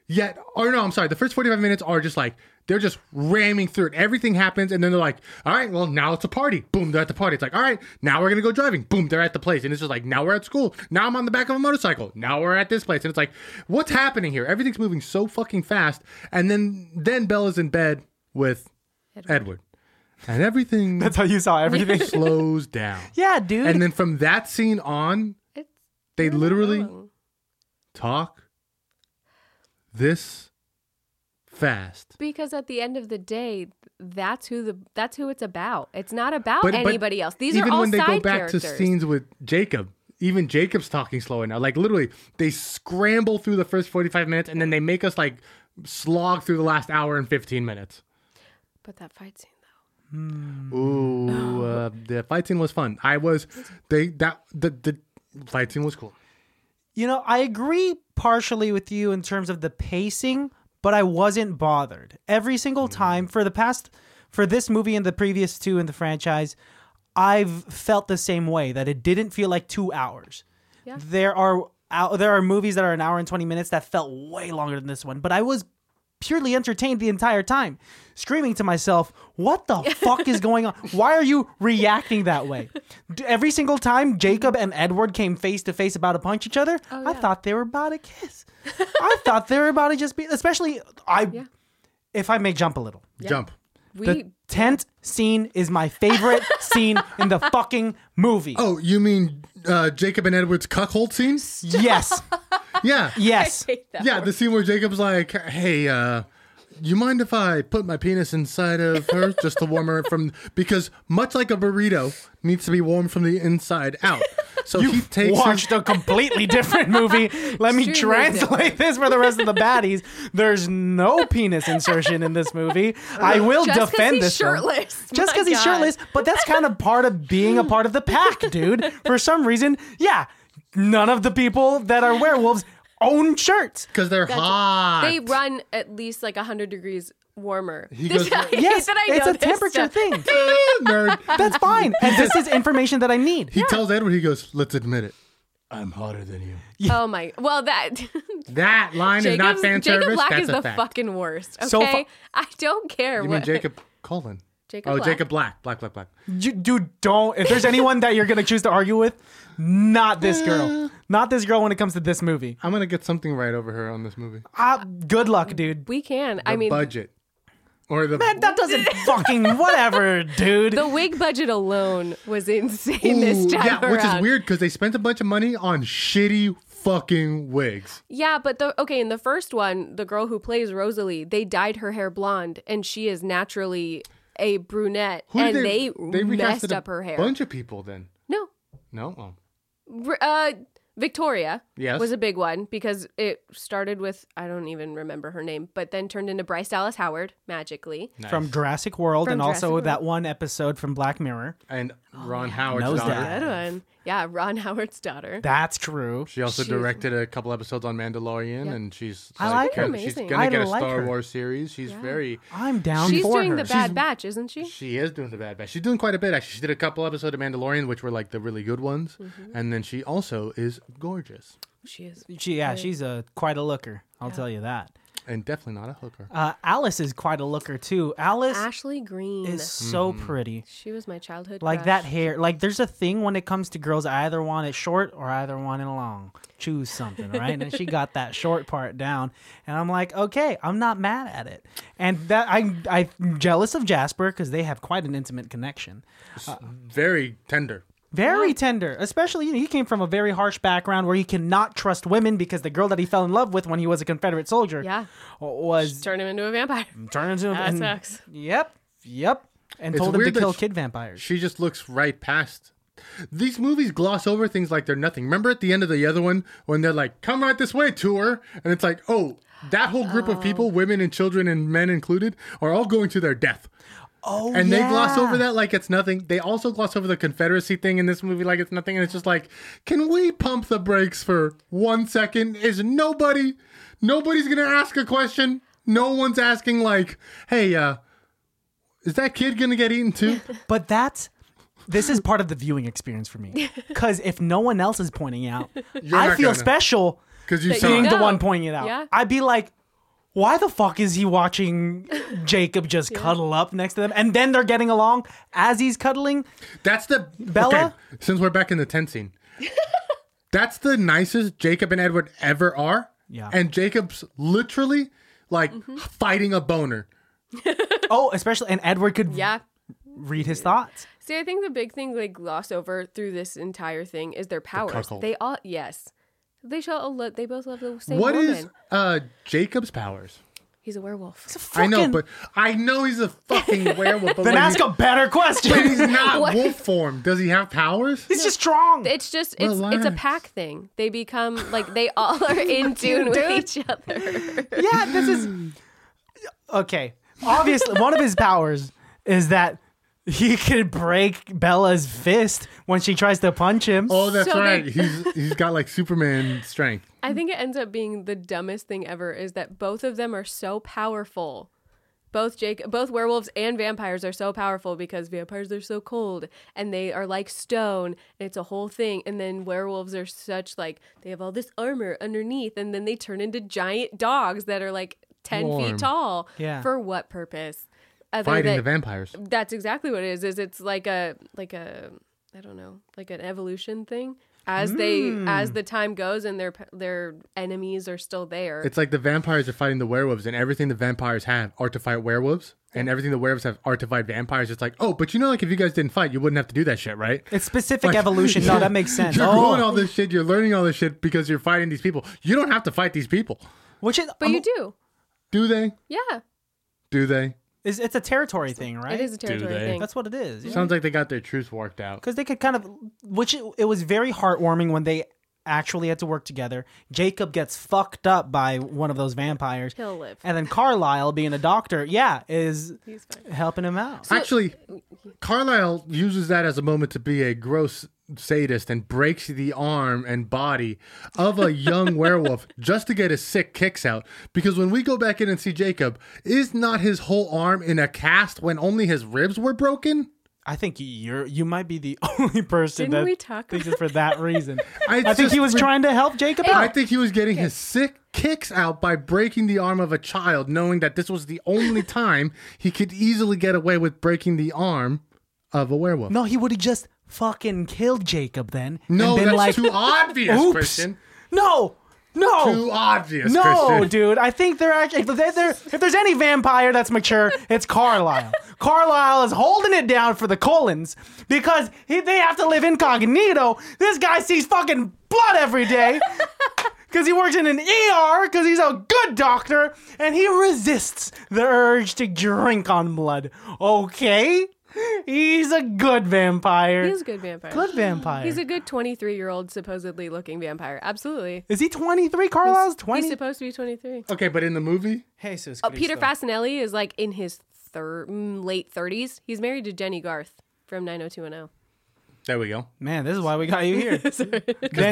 Speaker 2: Yet, or no, I'm sorry. The first forty five minutes are just like they're just ramming through it. Everything happens, and then they're like, "All right, well now it's a party. Boom, they're at the party. It's like, all right, now we're gonna go driving. Boom, they're at the place, and it's just like, now we're at school. Now I'm on the back of a motorcycle. Now we're at this place, and it's like, what's happening here? Everything's moving so fucking fast. And then then Bella's in bed with Edward, and everything
Speaker 1: That's how you saw everything.
Speaker 2: slows down.
Speaker 1: yeah, dude.
Speaker 2: And then from that scene on,
Speaker 3: it's
Speaker 2: They
Speaker 3: You're not
Speaker 2: literally
Speaker 3: wrong.
Speaker 2: talk this fast.
Speaker 3: because at the end of the day, that's who the that's who it's about. It's not about
Speaker 2: But- but
Speaker 3: Oh, anybody else. These
Speaker 2: even
Speaker 3: are all
Speaker 2: when they
Speaker 3: side
Speaker 2: go back
Speaker 3: characters.
Speaker 2: to scenes with Jacob, even Jacob's talking slower now. Like literally, they scramble through the first forty-five minutes, and then they make us like slog through the last hour and fifteen minutes.
Speaker 3: But that fight scene, though, Oh.
Speaker 2: Ooh, uh, the fight scene was fun. I was they that the the fight scene was cool.
Speaker 1: You know, I agree partially with you in terms of the pacing, but I wasn't bothered. Every single
Speaker 2: Mm.
Speaker 1: time for the past for this movie and the previous two in the franchise, I've felt the same way that it didn't feel like 2 hours.
Speaker 3: Yeah.
Speaker 1: There are out, there are movies that are an hour and 20 minutes that felt way longer than this one, but I was purely entertained the entire time, screaming to myself, "What the fuck is going on? Why are you reacting that way?" D- Every single time Jacob and Edward came face to face about to punch each other, I thought they were about to kiss. I thought they were about to just be. Especially, I, if I may jump a little,
Speaker 2: Jump.
Speaker 3: we
Speaker 1: the tent scene is my favorite scene in the fucking movie.
Speaker 2: Oh, you mean uh, Jacob and Edward's cuckold scenes?
Speaker 1: Yes,
Speaker 2: Yeah,
Speaker 1: yes.
Speaker 3: take that.
Speaker 2: yeah. The scene where Jacob's like, "Hey, uh, you mind if I put my penis inside of her just to warm her from?" Because much like a burrito, needs to be warmed from the inside out. So he takes his,
Speaker 1: watched a completely different movie. Let me
Speaker 3: Extremely
Speaker 1: translate this for the rest of the baddies. There's no penis insertion in this movie. I will
Speaker 3: Just 'cause
Speaker 1: defend
Speaker 3: he's
Speaker 1: this film.
Speaker 3: shirtless.
Speaker 1: Just
Speaker 3: My
Speaker 1: because he's
Speaker 3: God.
Speaker 1: shirtless, but that's kind of part of being a part of the pack, dude. For some reason, yeah, none of the people that are werewolves own shirts.
Speaker 2: because they're hot.
Speaker 3: they run at least like hundred degrees warmer.
Speaker 2: goes-
Speaker 3: I hate
Speaker 1: Yes,
Speaker 3: that I
Speaker 1: it's
Speaker 3: know
Speaker 1: a
Speaker 3: this
Speaker 1: temperature
Speaker 3: stuff.
Speaker 1: thing.
Speaker 2: Nerd.
Speaker 1: That's fine. And this is information that I need.
Speaker 2: He tells Edward, he goes, "Let's admit it, I'm hotter than you."
Speaker 3: Oh my! Well, that
Speaker 2: That line is not
Speaker 3: Jacob's,
Speaker 2: fan
Speaker 3: Jacob
Speaker 2: service.
Speaker 3: Black
Speaker 2: That's
Speaker 3: is
Speaker 2: a
Speaker 3: the
Speaker 2: fact.
Speaker 3: fucking worst. Okay,
Speaker 1: So fu-
Speaker 3: I don't care
Speaker 2: you
Speaker 3: what
Speaker 2: mean Jacob Cullen?
Speaker 3: Jacob
Speaker 2: oh,
Speaker 3: Black.
Speaker 2: Jacob Black. Black, black, black.
Speaker 1: You, dude, don't. If there's anyone that you're gonna choose to argue with, not
Speaker 3: Uh.
Speaker 1: this girl. Not this girl. When it comes to this movie,
Speaker 2: I'm gonna get something right over her on this movie.
Speaker 1: ah, good luck, dude.
Speaker 3: we can. I mean,
Speaker 2: budget or the
Speaker 1: Man, that doesn't fucking whatever, dude.
Speaker 3: the wig budget alone was insane
Speaker 2: Ooh,
Speaker 3: this time
Speaker 2: yeah, which is
Speaker 3: around.
Speaker 2: weird because they spent a bunch of money on shitty fucking wigs.
Speaker 3: Yeah, but the okay in the first one, the girl who plays Rosalie, they dyed her hair blonde, and she is naturally a brunette,
Speaker 2: Who did
Speaker 3: and they, messed
Speaker 2: recasted a
Speaker 3: up her hair.
Speaker 2: Bunch of people then.
Speaker 3: No,
Speaker 2: No, oh.
Speaker 3: R- uh, Victoria
Speaker 2: Yes.
Speaker 3: was a big one because it started with I don't even remember her name, but then turned into Bryce Dallas Howard magically.
Speaker 1: From Jurassic World
Speaker 3: From
Speaker 1: and also
Speaker 3: Jurassic
Speaker 1: that one episode from Black Mirror.
Speaker 2: and Ron Howard's
Speaker 1: Oh, knows
Speaker 2: daughter.
Speaker 1: that.
Speaker 3: Good one, yeah, Ron Howard's daughter.
Speaker 1: That's true.
Speaker 2: She also
Speaker 3: She's-
Speaker 2: directed a couple episodes on Mandalorian, and she's
Speaker 1: I like her.
Speaker 2: gonna- she's
Speaker 3: Amazing.
Speaker 2: gonna
Speaker 1: I
Speaker 2: get a
Speaker 1: like
Speaker 2: Star
Speaker 1: her.
Speaker 2: Wars series. She's very
Speaker 1: I'm down
Speaker 3: She's
Speaker 1: for
Speaker 3: doing
Speaker 1: her.
Speaker 3: the Bad Batch, isn't she?
Speaker 2: She is doing the bad batch. She's doing quite a bit actually. She did a couple episodes of Mandalorian, which were like the really good ones,
Speaker 3: Mm-hmm.
Speaker 2: and then she also is gorgeous
Speaker 3: She is.
Speaker 1: she, yeah, she's a quite a looker. I'll tell you that.
Speaker 2: and definitely not a hooker.
Speaker 1: Uh, Alice is quite a looker too. Alice
Speaker 3: Ashley Green.
Speaker 1: is so pretty.
Speaker 3: she was my childhood.
Speaker 1: Like
Speaker 3: crush.
Speaker 1: that hair. Like there's a thing when it comes to girls. I either want it short or I either want it long. Choose something, right? and she got that short part down, and I'm like, okay, I'm not mad at it. And that I I'm jealous of Jasper because they have quite an intimate connection.
Speaker 2: Very tender.
Speaker 1: Very tender, especially you know, he came from a very harsh background where he cannot trust women because the girl that he fell in love with when he was a Confederate soldier,
Speaker 3: Yeah.
Speaker 1: w- was
Speaker 3: Turn him into a vampire.
Speaker 1: turned into
Speaker 3: That
Speaker 1: and-
Speaker 3: sucks.
Speaker 1: Yep, yep, and
Speaker 2: It's
Speaker 1: told him to
Speaker 2: weird that
Speaker 1: kill
Speaker 2: sh-
Speaker 1: kid vampires.
Speaker 2: She just looks right past. These movies gloss over things like they're nothing. Remember at the end of the other one when they're like, "Come right this way, tour," and it's like, "Oh, that whole group of
Speaker 3: Oh.
Speaker 2: people, women and children and men included, are all going to their death."
Speaker 1: Oh,
Speaker 2: And they gloss
Speaker 1: yeah.
Speaker 2: over that like it's nothing. They also gloss over the Confederacy thing in this movie like it's nothing. And it's just like, can we pump the brakes for one second? Is nobody, nobody's gonna ask a question. No one's asking like, hey, uh, is that kid gonna get eaten too?
Speaker 1: But that's this is part of the viewing experience for me. Because if no one else is pointing out, I
Speaker 2: not
Speaker 1: feel
Speaker 2: gonna.
Speaker 1: special
Speaker 2: Because you
Speaker 3: That
Speaker 2: saw
Speaker 3: you
Speaker 1: being
Speaker 2: it.
Speaker 1: the
Speaker 3: No.
Speaker 1: one pointing it out.
Speaker 3: Yeah.
Speaker 1: I'd be like, why the fuck is he watching Jacob just cuddle up next to them? And then they're getting along as he's cuddling.
Speaker 2: That's the
Speaker 1: Bella?
Speaker 2: Okay, since we're back in the tent scene, that's the nicest Jacob and Edward ever are.
Speaker 1: Yeah.
Speaker 2: And Jacob's literally like
Speaker 3: Mm-hmm.
Speaker 2: fighting a boner.
Speaker 1: Oh, especially and Edward could
Speaker 3: Yeah.
Speaker 1: read his thoughts.
Speaker 3: See, I think the big thing they gloss over through this entire thing is their powers.
Speaker 2: cuckold.
Speaker 3: they all yes, they shall. all lo- They both love the same
Speaker 2: What is
Speaker 3: woman.
Speaker 2: uh Jacob's powers?
Speaker 3: He's a werewolf.
Speaker 2: I know, but I know he's a fucking werewolf. But
Speaker 1: then
Speaker 2: when
Speaker 1: ask
Speaker 2: he-
Speaker 1: a better
Speaker 2: when
Speaker 1: question.
Speaker 2: he's not
Speaker 3: What?
Speaker 2: wolf form. Does he have powers?
Speaker 1: He's just strong.
Speaker 3: It's just
Speaker 2: We're
Speaker 3: it's it's a
Speaker 2: liars.
Speaker 3: pack thing. They become like they all are in tune with each other.
Speaker 1: yeah, this is okay. Obviously, one of his powers is that he could break Bella's fist when she tries to punch him.
Speaker 2: Oh, that's
Speaker 3: So they-
Speaker 2: right. He's he's got like Superman strength.
Speaker 3: I think it ends up being the dumbest thing ever is that both of them are so powerful. Both Jake, both werewolves and vampires are so powerful because vampires are so cold and they are like stone. And it's a whole thing. And then werewolves are such like they have all this armor underneath, and then they turn into giant dogs that are like ten
Speaker 2: Warm.
Speaker 3: feet tall.
Speaker 1: Yeah.
Speaker 3: For what purpose? Other
Speaker 2: Fighting
Speaker 3: than-
Speaker 2: the vampires.
Speaker 3: that's exactly what it is is it's like a like a i don't know like an evolution thing as they
Speaker 1: Hmm.
Speaker 3: as the time goes and their their enemies are still there
Speaker 2: It's like the vampires are fighting the werewolves, and everything the vampires have are to fight werewolves, and everything the werewolves have are to fight vampires. It's like, oh, but you know, like if you guys didn't fight, you wouldn't have to do that shit, right?
Speaker 1: It's specific evolution. No, that makes sense.
Speaker 2: You're growing all
Speaker 1: Oh,
Speaker 2: this shit. You're learning all this shit because you're fighting these people. You don't have to fight these people,
Speaker 1: which um, is
Speaker 3: but
Speaker 1: I'm-
Speaker 3: you do
Speaker 2: do they?
Speaker 3: yeah
Speaker 2: Do they?
Speaker 1: It's, it's a territory thing, right?
Speaker 3: it is a territory
Speaker 2: they?
Speaker 3: thing
Speaker 1: That's what it is. Because
Speaker 2: Sounds like they got their truths worked out.
Speaker 1: they could kind of, which it, it was very heartwarming when they actually had to work together. Jacob gets fucked up by one of those vampires,
Speaker 3: he'll live
Speaker 1: and then Carlisle, being a doctor, yeah, is
Speaker 3: he's fine
Speaker 1: helping him out.
Speaker 2: Actually, Carlisle uses that as a moment to be a gross sadist and breaks the arm and body of a young werewolf just to get his sick kicks out. Because when we go back in and see Jacob, is not his whole arm in a cast when only his ribs were broken?
Speaker 1: I think you're you might be the only person
Speaker 3: Didn't
Speaker 1: that
Speaker 3: we talk
Speaker 1: thinks
Speaker 3: about
Speaker 1: it's for that reason.
Speaker 2: I
Speaker 1: I think
Speaker 2: just
Speaker 1: he was
Speaker 2: re-
Speaker 1: trying to help Jacob
Speaker 2: I
Speaker 1: out.
Speaker 2: think he was getting his sick kicks out by breaking the arm of a child, knowing that this was the only time he could easily get away with breaking the arm of a werewolf.
Speaker 1: No, he would have just fucking killed Jacob then.
Speaker 2: No,
Speaker 1: and been
Speaker 2: that's
Speaker 1: like,
Speaker 2: too obvious,
Speaker 1: Oops.
Speaker 2: Christian.
Speaker 1: No, no.
Speaker 2: Too obvious,
Speaker 1: no,
Speaker 2: Christian.
Speaker 1: dude. I think they're actually if, they're, they're- if there's any vampire that's mature, it's Carlisle. Carlisle is holding it down for the Colons because he, they have to live incognito. This guy sees fucking blood every day because he works in an ER because he's a good doctor and he resists the urge to drink on blood. Okay, he's a good vampire.
Speaker 3: he's a good vampire
Speaker 1: good vampire.
Speaker 3: he's a good 23 year old supposedly looking vampire absolutely
Speaker 1: is he 23? Carlisle's
Speaker 3: he's
Speaker 1: 20.
Speaker 3: supposed to be 23
Speaker 2: Okay, but in the movie,
Speaker 1: Jesus
Speaker 3: oh, peter fasinelli is like in his thir- mm, late 30s he's married to jenny garth from 90210
Speaker 2: there we go.
Speaker 1: Man, this is why we got you here.
Speaker 2: Because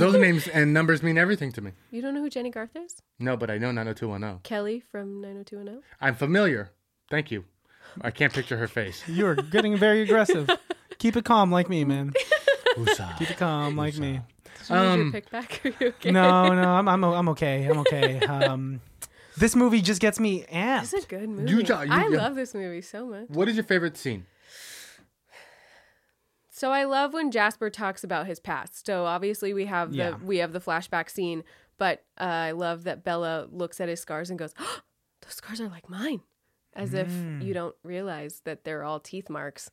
Speaker 2: those names and numbers mean everything to me.
Speaker 3: you don't know who jenny garth is
Speaker 2: No, but I know 90210.
Speaker 3: kelly from 90210
Speaker 2: I'm familiar. Thank you. I can't picture her face.
Speaker 1: You're getting very aggressive. Keep it calm like me, man. Keep it calm like me.
Speaker 3: Did you
Speaker 1: Um,
Speaker 3: need your pick back? Are you okay?
Speaker 1: No, no, I'm I'm, I'm okay. I'm okay. Um, this movie just gets me
Speaker 3: It's
Speaker 1: amped.
Speaker 3: a good movie.
Speaker 2: You jo- you-
Speaker 3: I
Speaker 2: yeah.
Speaker 3: love this movie so much.
Speaker 2: What is your favorite scene?
Speaker 3: So I love when Jasper talks about his past. So obviously we have the
Speaker 1: Yeah.
Speaker 3: we have the flashback scene, but uh, I love that Bella looks at his scars and goes, oh, "Those scars are like mine," as if
Speaker 2: Mm.
Speaker 3: you don't realize that they're all teeth marks.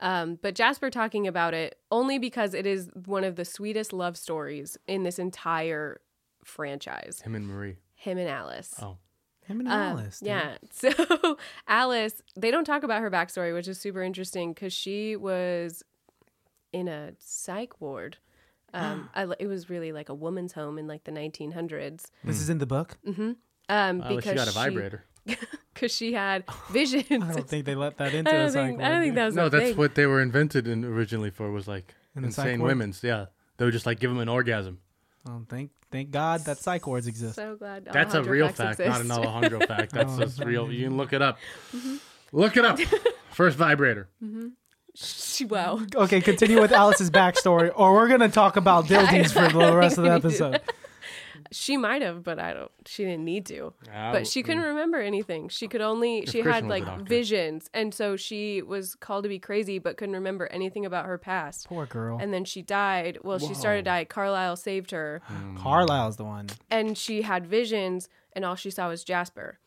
Speaker 3: Um, but Jasper talking about it only because it is one of the sweetest love stories in this entire franchise.
Speaker 2: Him and Marie. Oh.
Speaker 3: Him and Alice.
Speaker 1: Him and
Speaker 3: Um,
Speaker 1: Alice, dude.
Speaker 3: yeah. So Alice, they don't talk about her backstory, which is super interesting because she was in a psych ward. Um, I, it was really like a woman's home in like the 1900s.
Speaker 1: This is in the book.
Speaker 3: Um,
Speaker 2: I wish Oh, she got a vibrator.
Speaker 3: because she had visions.
Speaker 1: I don't think they let that
Speaker 3: I
Speaker 1: into
Speaker 3: don't
Speaker 1: us.
Speaker 3: think, I don't think that was
Speaker 2: No,
Speaker 3: a
Speaker 2: that's
Speaker 3: thing.
Speaker 2: what they were invented in originally for was like
Speaker 1: In the psych
Speaker 2: insane
Speaker 1: ward?
Speaker 2: women's. Yeah. They would just like give them an orgasm.
Speaker 3: Oh,
Speaker 1: Um, thank thank God that psych wards exist.
Speaker 3: So glad.
Speaker 2: That's a
Speaker 3: Alejandro
Speaker 2: real
Speaker 3: Facts
Speaker 2: fact,
Speaker 3: exists. Mm-hmm.
Speaker 2: not an Alejandro fact. Oh, That's
Speaker 1: No,
Speaker 2: just real. You can look it up. Look it up. First vibrator.
Speaker 3: She- wow.
Speaker 1: Okay, continue with Alice's backstory, or we're gonna talk about dildos for the rest of the episode.
Speaker 3: She might have, but I don't. She didn't need to.
Speaker 2: Ah,
Speaker 3: but she couldn't remember anything. She could only she
Speaker 2: Christian
Speaker 3: had
Speaker 2: was a
Speaker 3: like
Speaker 2: doctor.
Speaker 3: visions, and so she was called to be crazy, but couldn't remember anything about her past.
Speaker 1: Poor girl.
Speaker 3: And then she died. Well, she started to die. Carlisle saved her,
Speaker 1: Mm. Carlisle's the one.
Speaker 3: and she had
Speaker 2: Hmm.
Speaker 3: visions, and all she saw was Jasper.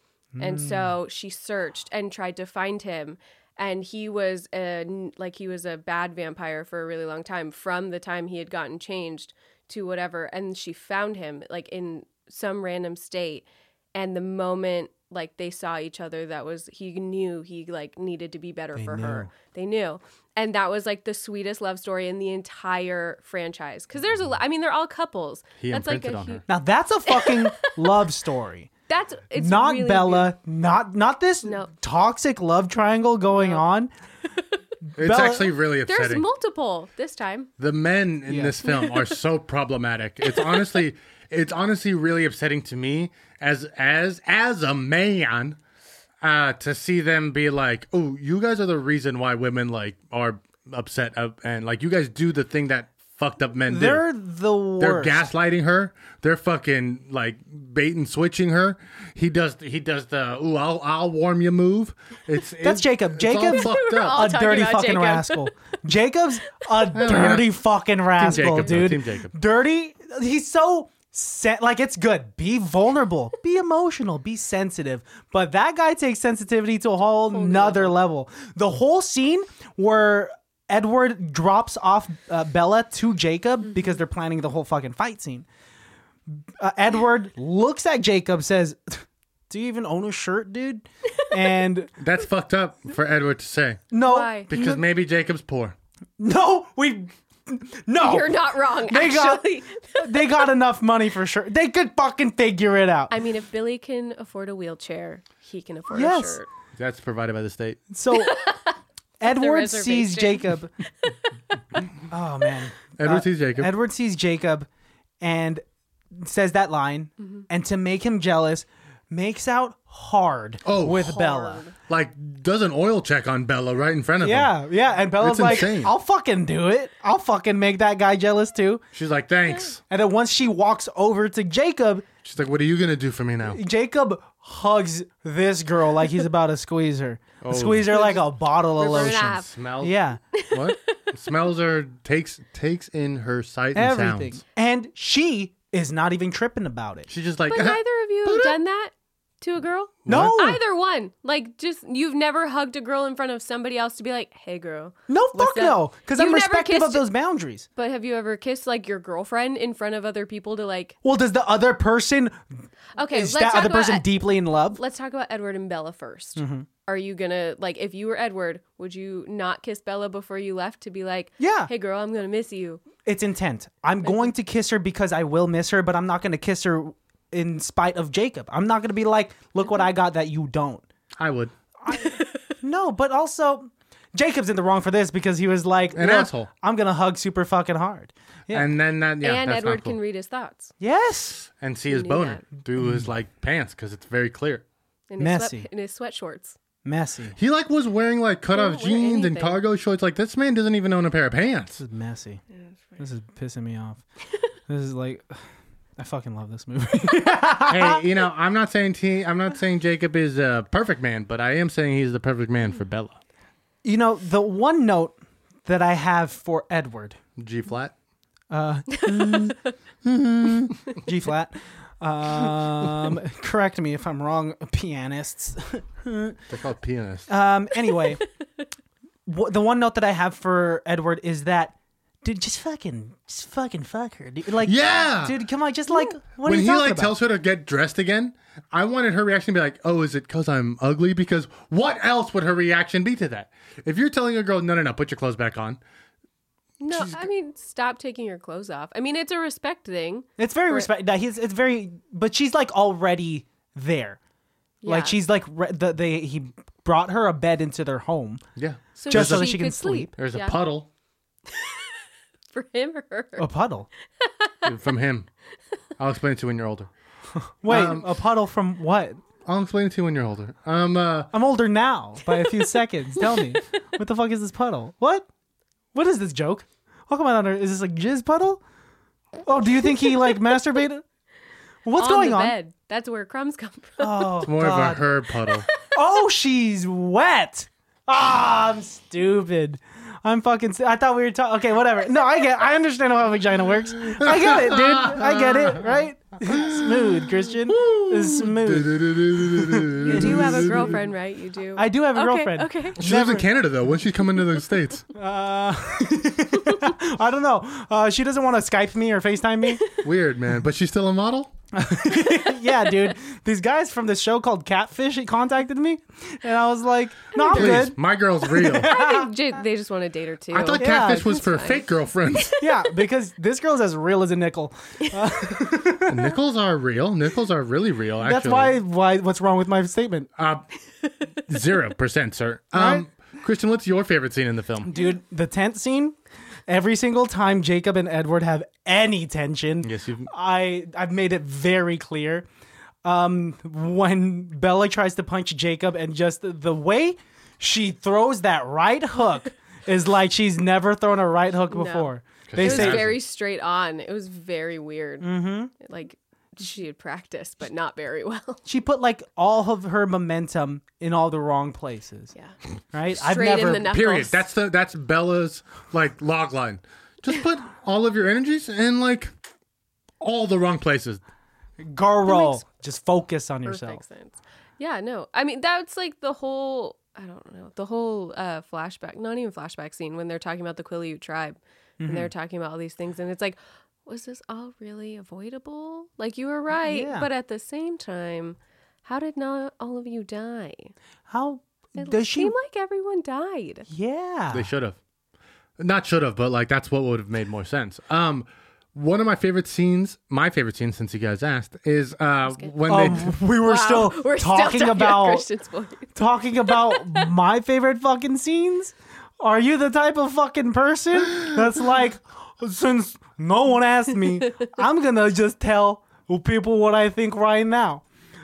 Speaker 3: And so she searched and tried to find him. and he was a like he was a bad vampire for a really long time from the time he had gotten changed to whatever and she found him like in some random state and the moment like they saw each other that was he knew he like needed to be better
Speaker 2: They
Speaker 3: for
Speaker 2: knew.
Speaker 3: her they knew and that was like the sweetest love story in the entire franchise because there's a lo- i mean they're all couples
Speaker 2: He
Speaker 3: that's
Speaker 2: imprinted
Speaker 3: like a
Speaker 2: on
Speaker 3: hu-
Speaker 2: her.
Speaker 1: Now that's a fucking love story.
Speaker 3: that's it's
Speaker 1: not
Speaker 3: really
Speaker 1: Bella, not not this
Speaker 3: No.
Speaker 1: toxic love triangle going on.
Speaker 2: It's
Speaker 1: Bella-
Speaker 2: actually really
Speaker 3: beautiful.
Speaker 2: upsetting.
Speaker 3: there's multiple this time
Speaker 2: the men in
Speaker 1: Yeah.
Speaker 2: this film are so problematic. It's honestly, it's honestly really upsetting to me as as as a man uh, to see them be like, "Oh, you guys are the reason why women like are upset uh, and like you guys do the thing that fucked up men do."
Speaker 1: They're the worst.
Speaker 2: They're gaslighting her. They're fucking like bait and switching her. He does. He does the ooh, I'll, I'll warm you move. It's
Speaker 1: That's
Speaker 2: it-
Speaker 1: Jacob.
Speaker 2: it's all
Speaker 1: Jacob-
Speaker 2: fucked
Speaker 3: We're
Speaker 2: up.
Speaker 3: all
Speaker 1: a
Speaker 3: talking
Speaker 1: dirty
Speaker 3: about
Speaker 1: fucking
Speaker 3: Jacob.
Speaker 1: rascal. Jacob's a dirty fucking rascal,
Speaker 2: Jacob, though.
Speaker 1: dude.
Speaker 2: Team Jacob.
Speaker 1: Dirty. He's so set. Like it's good. Be vulnerable. be emotional. Be sensitive. But that guy takes sensitivity to a whole nother level. The whole scene where Edward drops off uh, Bella to Jacob because they're planning the whole fucking fight scene. Uh, Edward looks at Jacob, says, "Do you even own a shirt, dude?" And
Speaker 2: That's fucked up for Edward to say
Speaker 1: no,
Speaker 3: Why?
Speaker 2: because maybe Jacob's poor.
Speaker 1: No, we. No,
Speaker 3: you're not wrong
Speaker 1: They got-
Speaker 3: actually
Speaker 1: they got enough money for sure. They could fucking figure it out.
Speaker 3: I mean, if Billy can afford a wheelchair, he can afford
Speaker 1: Yes.
Speaker 3: a shirt.
Speaker 2: That's provided by the state.
Speaker 1: so Edward
Speaker 3: reservation.
Speaker 1: sees Jacob. oh man,
Speaker 2: Edward
Speaker 1: Uh,
Speaker 2: sees Jacob.
Speaker 1: Edward sees Jacob, and says that line,
Speaker 3: Mm-hmm.
Speaker 1: and to make him jealous, makes out hard
Speaker 2: Oh,
Speaker 1: with Bella.
Speaker 2: like does an oil check on Bella right in front of him.
Speaker 1: Yeah, yeah, and Bella's
Speaker 2: It's
Speaker 1: like,
Speaker 2: insane.
Speaker 1: "I'll fucking do it. I'll fucking make that guy jealous too."
Speaker 2: She's like, "Thanks."
Speaker 1: And then once she walks over to Jacob,
Speaker 2: She's like, "What are you gonna do for me now?"
Speaker 1: Jacob hugs this girl like he's about to squeeze her.
Speaker 2: Oh.
Speaker 1: Squeeze her like a bottle of
Speaker 3: Rip her in
Speaker 1: lotion.
Speaker 3: half.
Speaker 2: Smells.
Speaker 1: Yeah.
Speaker 2: What? Smells her. Takes takes in her sight and
Speaker 1: Everything.
Speaker 2: sounds.
Speaker 1: And she is not even tripping about it.
Speaker 2: She's just like, "Ah,
Speaker 3: But neither of you have done that to a girl.
Speaker 1: No.
Speaker 3: Either one. Like, just you've never hugged a girl in front of somebody else to be like, "Hey, girl."
Speaker 1: No
Speaker 3: What's
Speaker 1: fuck no.
Speaker 3: up?
Speaker 1: Because
Speaker 3: You
Speaker 1: I'm
Speaker 3: never
Speaker 1: respectful of
Speaker 3: kissed-
Speaker 1: those boundaries.
Speaker 3: But have you ever kissed like your girlfriend in front of other people to like?
Speaker 1: Well, does the other person
Speaker 3: Okay,
Speaker 1: is
Speaker 3: let's
Speaker 1: that
Speaker 3: talk
Speaker 1: other
Speaker 3: about.
Speaker 1: person deeply in love?
Speaker 3: let's talk about Edward and Bella 1st
Speaker 1: Mm-hmm.
Speaker 3: Are you gonna like if you were Edward, would you not kiss Bella before you left to be like,
Speaker 1: Yeah.
Speaker 3: hey girl, I'm gonna miss you."
Speaker 1: It's intent. I'm going to kiss her because I will miss her, but I'm not gonna kiss her in spite of Jacob. I'm not gonna be like, look what I got that you don't.
Speaker 2: I would.
Speaker 1: No, but also Jacob's in the wrong for this because he was like
Speaker 2: An
Speaker 1: "Look,
Speaker 2: asshole."
Speaker 1: I'm gonna hug super fucking hard. Yeah.
Speaker 2: And then that. Yeah,
Speaker 3: and
Speaker 2: that's
Speaker 3: Edward
Speaker 2: not cool.
Speaker 3: can read his thouts.
Speaker 1: Yes.
Speaker 2: and see his
Speaker 3: knew
Speaker 2: boner through his like pants because it's very clear.
Speaker 3: In his,
Speaker 1: Messy.
Speaker 3: sweat, in his sweat shorts.
Speaker 1: Messy.
Speaker 2: He like was wearing like cut off
Speaker 3: He didn't wear
Speaker 2: jeans and
Speaker 3: anything.
Speaker 2: cargo shorts. Like this man doesn't even own a pair of pants.
Speaker 1: This is messy. This is pissing me off. this is like I fucking love this movie.
Speaker 2: hey, you know, I'm not saying he, I'm not saying Jacob is a perfect man, but I am saying he's the perfect man for Bella.
Speaker 1: you know, the one note that I have for Edward,
Speaker 2: G flat.
Speaker 1: G flat. Um, correct me if I'm wrong, pianists.
Speaker 2: They're called pianists.
Speaker 1: Um, anyway, w- the one note that I have for Edward is that dude, just fucking, just fucking fuck her, dude. Like,
Speaker 2: Yeah!
Speaker 1: dude, come on, just like what
Speaker 2: when
Speaker 1: are you
Speaker 2: he
Speaker 1: talking
Speaker 2: like
Speaker 1: about?
Speaker 2: tells her to get dressed again, I wanted her reaction to be like, "Oh, is it because I'm ugly?" Because what else would her reaction be to that? If you're telling a girl, "No, no, no, put your clothes back on,"
Speaker 3: No, I mean, stop taking your clothes off. I mean, it's a respect thing.
Speaker 1: It's very respect. That he's it's very, but she's like already there.
Speaker 3: Yeah.
Speaker 1: Like she's like re- the they he brought her a bed into their home.
Speaker 2: yeah,
Speaker 1: just so
Speaker 3: she
Speaker 1: that she can
Speaker 3: could
Speaker 1: sleep.
Speaker 2: there's
Speaker 3: Yeah.
Speaker 2: a puddle
Speaker 3: for him or her.
Speaker 1: A puddle.
Speaker 2: from him. I'll explain it to you when you're older.
Speaker 1: Wait, a puddle from what?
Speaker 2: I'll explain it to you when you're older. Um, uh,
Speaker 1: I'm older now by a few seconds. Tell me, what the fuck is this puddle? What? What is this joke? How come I don't? know? Is this a jizz puddle? Oh, do you think he like masturbated? What's
Speaker 3: on
Speaker 1: going
Speaker 3: the
Speaker 1: on?
Speaker 3: bed. That's where crumbs come from.
Speaker 1: Oh,
Speaker 2: more
Speaker 1: God.
Speaker 2: of a her puddle.
Speaker 1: oh, she's wet. Ah, I'm stupid. I'm fucking. si- I thought we were talking. Okay, whatever. No, I get. I understand how a vagina works. I get it, dude. I get it. Right? Smooth, Christian. Smooth.
Speaker 3: You do
Speaker 2: she
Speaker 3: have a girlfriend, right? You do.
Speaker 1: I do have a
Speaker 3: okay,
Speaker 1: girlfriend.
Speaker 3: Okay.
Speaker 2: lives in Canada though. When she's coming to the states,
Speaker 1: Uh, I don't know. Uh, she doesn't want to Skype me or FaceTime me.
Speaker 2: weird man. But she's still a model.
Speaker 1: yeah, dude. These guys from this show called Catfish he contacted me, and I was like, "No, I'm
Speaker 2: Please,
Speaker 1: Oh, good."
Speaker 2: my girl's real.
Speaker 3: I think j- they just want a date or two.
Speaker 2: I thought
Speaker 1: Yeah,
Speaker 2: catfish was for
Speaker 3: fine.
Speaker 2: fake girlfriends.
Speaker 1: Yeah, because this girl's as real as a nickel.
Speaker 2: Nickels are real. Nickels are really real. Actually,
Speaker 1: That's why. Why? What's wrong with my statement?
Speaker 2: Uh, zero percent, sir. Um, Christian, what's your favorite scene in the film?
Speaker 1: dude the tent scene every single time jacob and edward have any tension
Speaker 2: Yes, you've-
Speaker 1: i i've made it very clear um when bella tries to punch jacob and just the, the way she throws that right hook is like she's never thrown a right hook before
Speaker 3: it
Speaker 1: they
Speaker 3: was
Speaker 1: say Mm-hmm.
Speaker 3: very straight on. It was very weird. Like she had practiced, but not very well.
Speaker 1: she put like all of her momentum in all the wrong places
Speaker 3: Yeah.
Speaker 1: right
Speaker 3: Straight
Speaker 1: i've never
Speaker 3: in the knuckles.
Speaker 2: Period. That's the that's Bella's like log line. Just put all of your energies in like all the wrong places.
Speaker 1: girl
Speaker 3: makes
Speaker 1: just focus on yourself
Speaker 3: perfect sense. Yeah, no. I mean, that's like the whole I don't know, the whole uh flashback, not even flashback scene when they're talking about the Quileute tribe and
Speaker 1: Mm-hmm.
Speaker 3: they're talking about all these things and it's like was this all really avoidable? Like you were right,
Speaker 1: Yeah.
Speaker 3: but at the same time, how did not all of you die?
Speaker 1: how
Speaker 3: It
Speaker 1: does she
Speaker 3: seemed like everyone died.
Speaker 1: yeah
Speaker 2: They should have. Not should have, but like that's what would have made more sense. Um one of my favorite scenes, my favorite scene since you guys asked, is uh when
Speaker 1: um, we were still
Speaker 3: We're
Speaker 1: talking about
Speaker 3: Christian's voice.
Speaker 1: talking about my favorite fucking scenes? Are you the type of fucking person that's like, since no one asked me, I'm gonna just tell people what I think right now?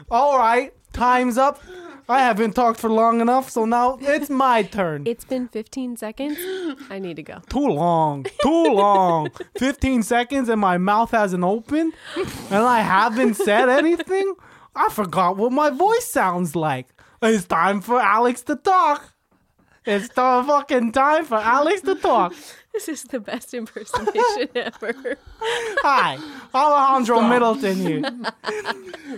Speaker 1: All right, time's up. I haven't talked for long enough, so now it's my turn.
Speaker 3: It's been 15 seconds. I need to go.
Speaker 1: too long, too long. 15 seconds and my mouth hasn't opened and I haven't said anything. I forgot what my voice sounds like. It's time for Alex to talk. It's the fucking time for Alex to talk.
Speaker 3: This is the best impersonation ever.
Speaker 1: Hi, Alejandro Middleton here.
Speaker 2: they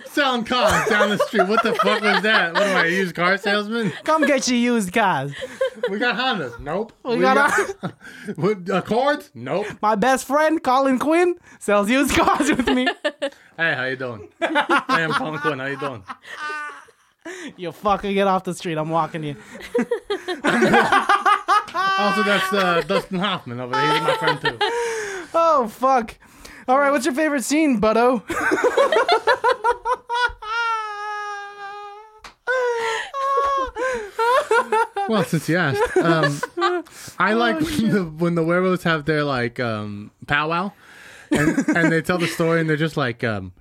Speaker 2: selling cars down the street. What the fuck was that? What am I, a used car salesman?
Speaker 1: Come get your used cars.
Speaker 2: We got Hondas. Nope.
Speaker 1: We got
Speaker 2: what, Accords? uh, Nope.
Speaker 1: My best friend, Colin Quinn, sells used cars with me.
Speaker 2: Hey, how you doing? hey, I'm Colin Quinn. How you doing?
Speaker 1: You fucking get off the street. I'm walking you.
Speaker 2: Also, that's uh, Dustin Hoffman over there. He's my friend too.
Speaker 1: Oh, fuck. All right, what's your favorite scene, buddo?
Speaker 2: Well, since you asked, um, I like when the, when the werewolves have their like um, powwow, and, and they tell the story, and they're just like, um,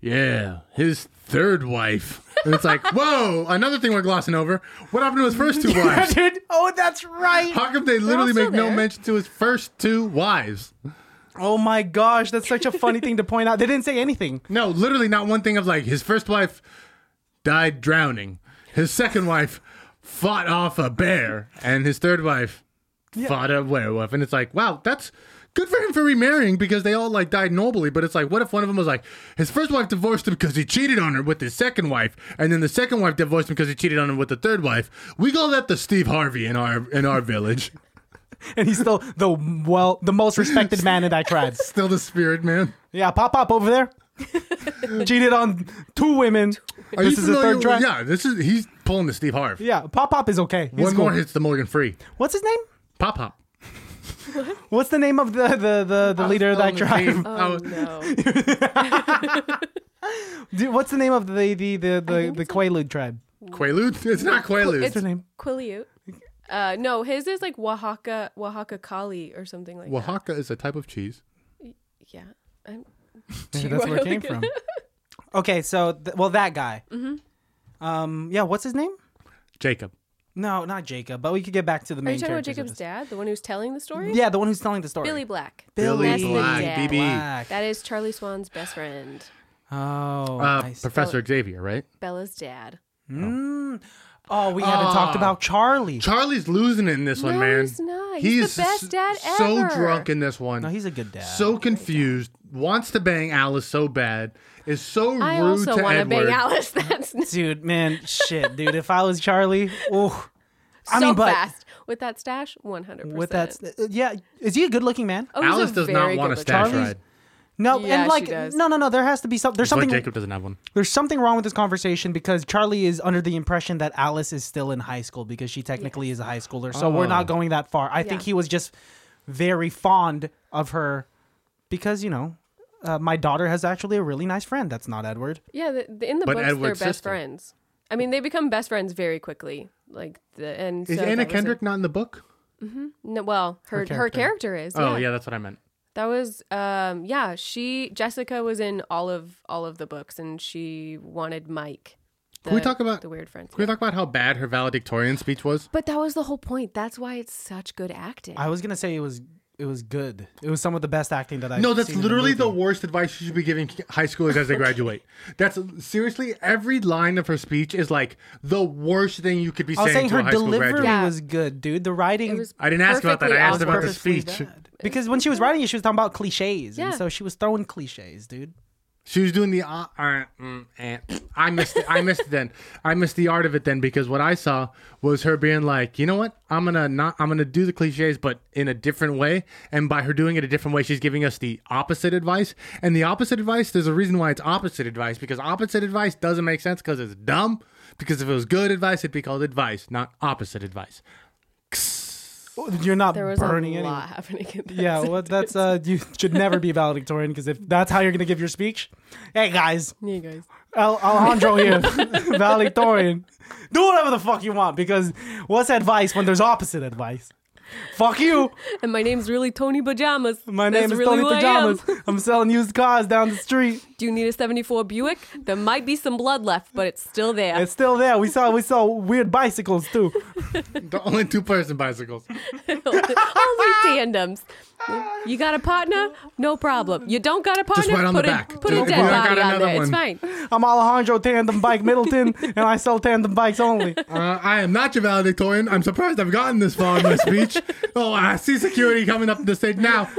Speaker 2: "Yeah, his third wife," and it's like, "Whoa!" Another thing we're glossing over. What happened to his first two wives?
Speaker 1: Dude, oh, that's right.
Speaker 2: How come they literally
Speaker 3: also
Speaker 2: make no
Speaker 3: there.
Speaker 2: mention to his first two wives?
Speaker 1: Oh my gosh, that's such a funny thing to point out. They didn't say anything.
Speaker 2: No, literally not one thing of like his first wife died drowning, his second wife fought off a bear, and his third wife fought a werewolf. And it's like, wow, that's good for him for remarrying because they all like died nobly. But it's like, what if one of them was like his first wife divorced him because he cheated on her with his second wife, and then the second wife divorced him because he cheated on her with the third wife? We call that the Steve Harvey in our in our village.
Speaker 1: And he's still the well, the most respected man in that tribe.
Speaker 2: Still the spirit man.
Speaker 1: Yeah, pop pop over there. Cheated on two women.
Speaker 2: Are
Speaker 1: this
Speaker 2: you
Speaker 1: is the
Speaker 2: familiar
Speaker 1: third
Speaker 2: with-
Speaker 1: track. Yeah,
Speaker 2: Yeah, this is he's pulling the Steve Harvey.
Speaker 1: pop pop is okay. He's
Speaker 2: One
Speaker 1: cool.
Speaker 2: more hits the Morgan free.
Speaker 1: What's his name?
Speaker 2: Pop pop.
Speaker 1: What's the name of the the the, the leader of that
Speaker 2: Still in the
Speaker 1: tribe?
Speaker 2: team. I
Speaker 3: Oh
Speaker 2: was-
Speaker 3: no.
Speaker 1: Dude, what's the name of the the the the, the Quaalude tribe?
Speaker 2: Quaalude? It's not Quaalude.
Speaker 3: It's
Speaker 1: her name?
Speaker 3: Quileute. Uh, no, his is like Oaxaca, Oaxaca Kali or something like that.
Speaker 2: Oaxaca is a type of cheese.
Speaker 3: Yeah. I'm,
Speaker 1: Maybe
Speaker 3: Gee,
Speaker 1: that's
Speaker 3: why
Speaker 1: where it
Speaker 3: don't
Speaker 1: came
Speaker 3: we
Speaker 1: from. Okay, so th- well that guy.
Speaker 3: Mm-hmm.
Speaker 1: Um, yeah, what's his name?
Speaker 2: Jacob.
Speaker 1: No, not Jacob. But we could get back to the
Speaker 3: are
Speaker 1: main.
Speaker 3: you talking about
Speaker 1: characters of
Speaker 3: Jacob's dad, the one who's telling the story?
Speaker 1: this. Yeah, the one who's telling the story.
Speaker 3: Billy Black.
Speaker 1: Billy
Speaker 3: That's the
Speaker 2: Black,
Speaker 3: dad.
Speaker 2: BB.
Speaker 1: Black.
Speaker 3: That is Charlie Swan's best friend,
Speaker 1: Oh,
Speaker 2: Uh,
Speaker 1: nice.
Speaker 2: Professor Xavier, right?
Speaker 3: Bella's dad.
Speaker 1: Mm. Oh, we haven't
Speaker 2: uh,
Speaker 1: talked about Charlie.
Speaker 2: Charlie's losing it in this one,
Speaker 3: No,
Speaker 2: man.
Speaker 3: he's not. He's the best dad
Speaker 2: So
Speaker 3: ever.
Speaker 2: drunk in this one.
Speaker 1: No, Oh, he's a good dad.
Speaker 2: so confused. Wants to bang Alice so bad. Is so
Speaker 3: I
Speaker 2: rude
Speaker 3: also
Speaker 2: to
Speaker 3: want to
Speaker 2: Edward.
Speaker 3: bang Alice. That's so
Speaker 1: dude, man, shit, dude. If I was Charlie, oh, I mean, but
Speaker 3: fast with that stash. One hundred percent.
Speaker 1: with that, uh, yeah, is he a good-looking man?
Speaker 3: oh, he's
Speaker 2: Alice
Speaker 3: a
Speaker 2: does not
Speaker 3: very
Speaker 2: want a
Speaker 3: good-looking-
Speaker 2: stash
Speaker 1: Charlie's-
Speaker 2: ride.
Speaker 1: No,
Speaker 3: Yeah,
Speaker 1: and
Speaker 3: she
Speaker 1: like,
Speaker 3: does.
Speaker 1: no, no, no. There has to be some. There's
Speaker 2: It's like
Speaker 1: something.
Speaker 2: Jacob doesn't have one.
Speaker 1: There's something wrong with this conversation because Charlie is under the impression that Alice is still in high school because she technically is a high schooler. So we're
Speaker 2: Oh.
Speaker 1: not going that far. I think
Speaker 3: Yeah.
Speaker 1: he was just very fond of her because, you know, uh, my daughter has actually a really nice friend that's not Edward.
Speaker 3: Yeah, the, the, in the
Speaker 2: But
Speaker 3: books, they're
Speaker 2: Edward's
Speaker 3: best
Speaker 2: sister.
Speaker 3: friends. I mean, they become best friends very quickly. Like the and
Speaker 2: Is
Speaker 3: so
Speaker 2: Anna
Speaker 3: that was a-
Speaker 2: Kendrick not in the book?
Speaker 3: no, well, her her character, is.
Speaker 2: Oh
Speaker 3: yeah.
Speaker 2: yeah, that's what I meant.
Speaker 3: That was um yeah, she Jessica was in all of all of the books and she wanted Mike. The,
Speaker 2: Can we talk about-
Speaker 3: the weird friends?
Speaker 2: Can we talk about how bad her valedictorian speech was?
Speaker 3: but that was the whole point. That's why it's such good acting.
Speaker 1: I was going to say it was it was good. It was some of the best acting that I've
Speaker 2: No, that's
Speaker 1: seen in a
Speaker 2: literally the
Speaker 1: movie.
Speaker 2: worst advice you should be giving high schoolers as they graduate. That's seriously every line of her speech is like the worst thing you could be
Speaker 1: I was saying
Speaker 2: saying to a
Speaker 1: her
Speaker 2: high school
Speaker 1: delivery
Speaker 2: graduate.
Speaker 3: Yeah.
Speaker 1: was good, dude. The writing
Speaker 3: it was
Speaker 2: I didn't ask about that. I
Speaker 3: perfectly
Speaker 2: asked about the
Speaker 3: awkward.
Speaker 2: speech.
Speaker 1: because when she was writing it, she was talking about cliches, and
Speaker 3: Yeah.
Speaker 1: so she was throwing cliches, dude.
Speaker 2: She was doing the uh, uh, mm, eh. I missed it. I missed it then. I missed the art of it then because what I saw was her being like, you know what? I'm gonna not. I'm gonna do the cliches, but in a different way. And by her doing it a different way, she's giving us the opposite advice. And the opposite advice, there's a reason why it's opposite advice because opposite advice doesn't make sense because it's dumb. Because if it was good advice, it'd be called advice, not opposite advice.
Speaker 1: You're not
Speaker 3: There was a lot
Speaker 1: burning anyone.
Speaker 3: happening in this.
Speaker 1: Yeah, well, that's uh, you should never be valedictorian because if that's how you're gonna give your speech, hey guys,
Speaker 3: You guys.
Speaker 1: Al- Alejandro here, valedictorian, do whatever the fuck you want because what's advice when there's opposite advice? Fuck you.
Speaker 3: And my name's really Tony Pajamas.
Speaker 1: My name
Speaker 3: That's
Speaker 1: is Tony
Speaker 3: really who I am.
Speaker 1: Pajamas. I'm selling used cars down the street.
Speaker 3: Do you need a 74 Buick? There might be some blood left, but it's still there.
Speaker 1: It's still there. We saw we saw weird bicycles too.
Speaker 2: The only two person bicycles.
Speaker 3: Only tandems. You got a partner? No problem. You don't got a partner?
Speaker 2: right on the
Speaker 3: put a,
Speaker 2: back.
Speaker 3: Put
Speaker 2: Just-
Speaker 3: a
Speaker 2: if
Speaker 3: dead
Speaker 2: you don't got
Speaker 3: body on
Speaker 2: another
Speaker 3: there. It's
Speaker 2: one.
Speaker 3: fine.
Speaker 1: I'm Alejandro Tandem Bike Middleton, and I sell tandem bikes only.
Speaker 2: Uh, I am not your valedictorian. I'm surprised I've gotten this far in my speech. oh, I see security coming up to the stage now.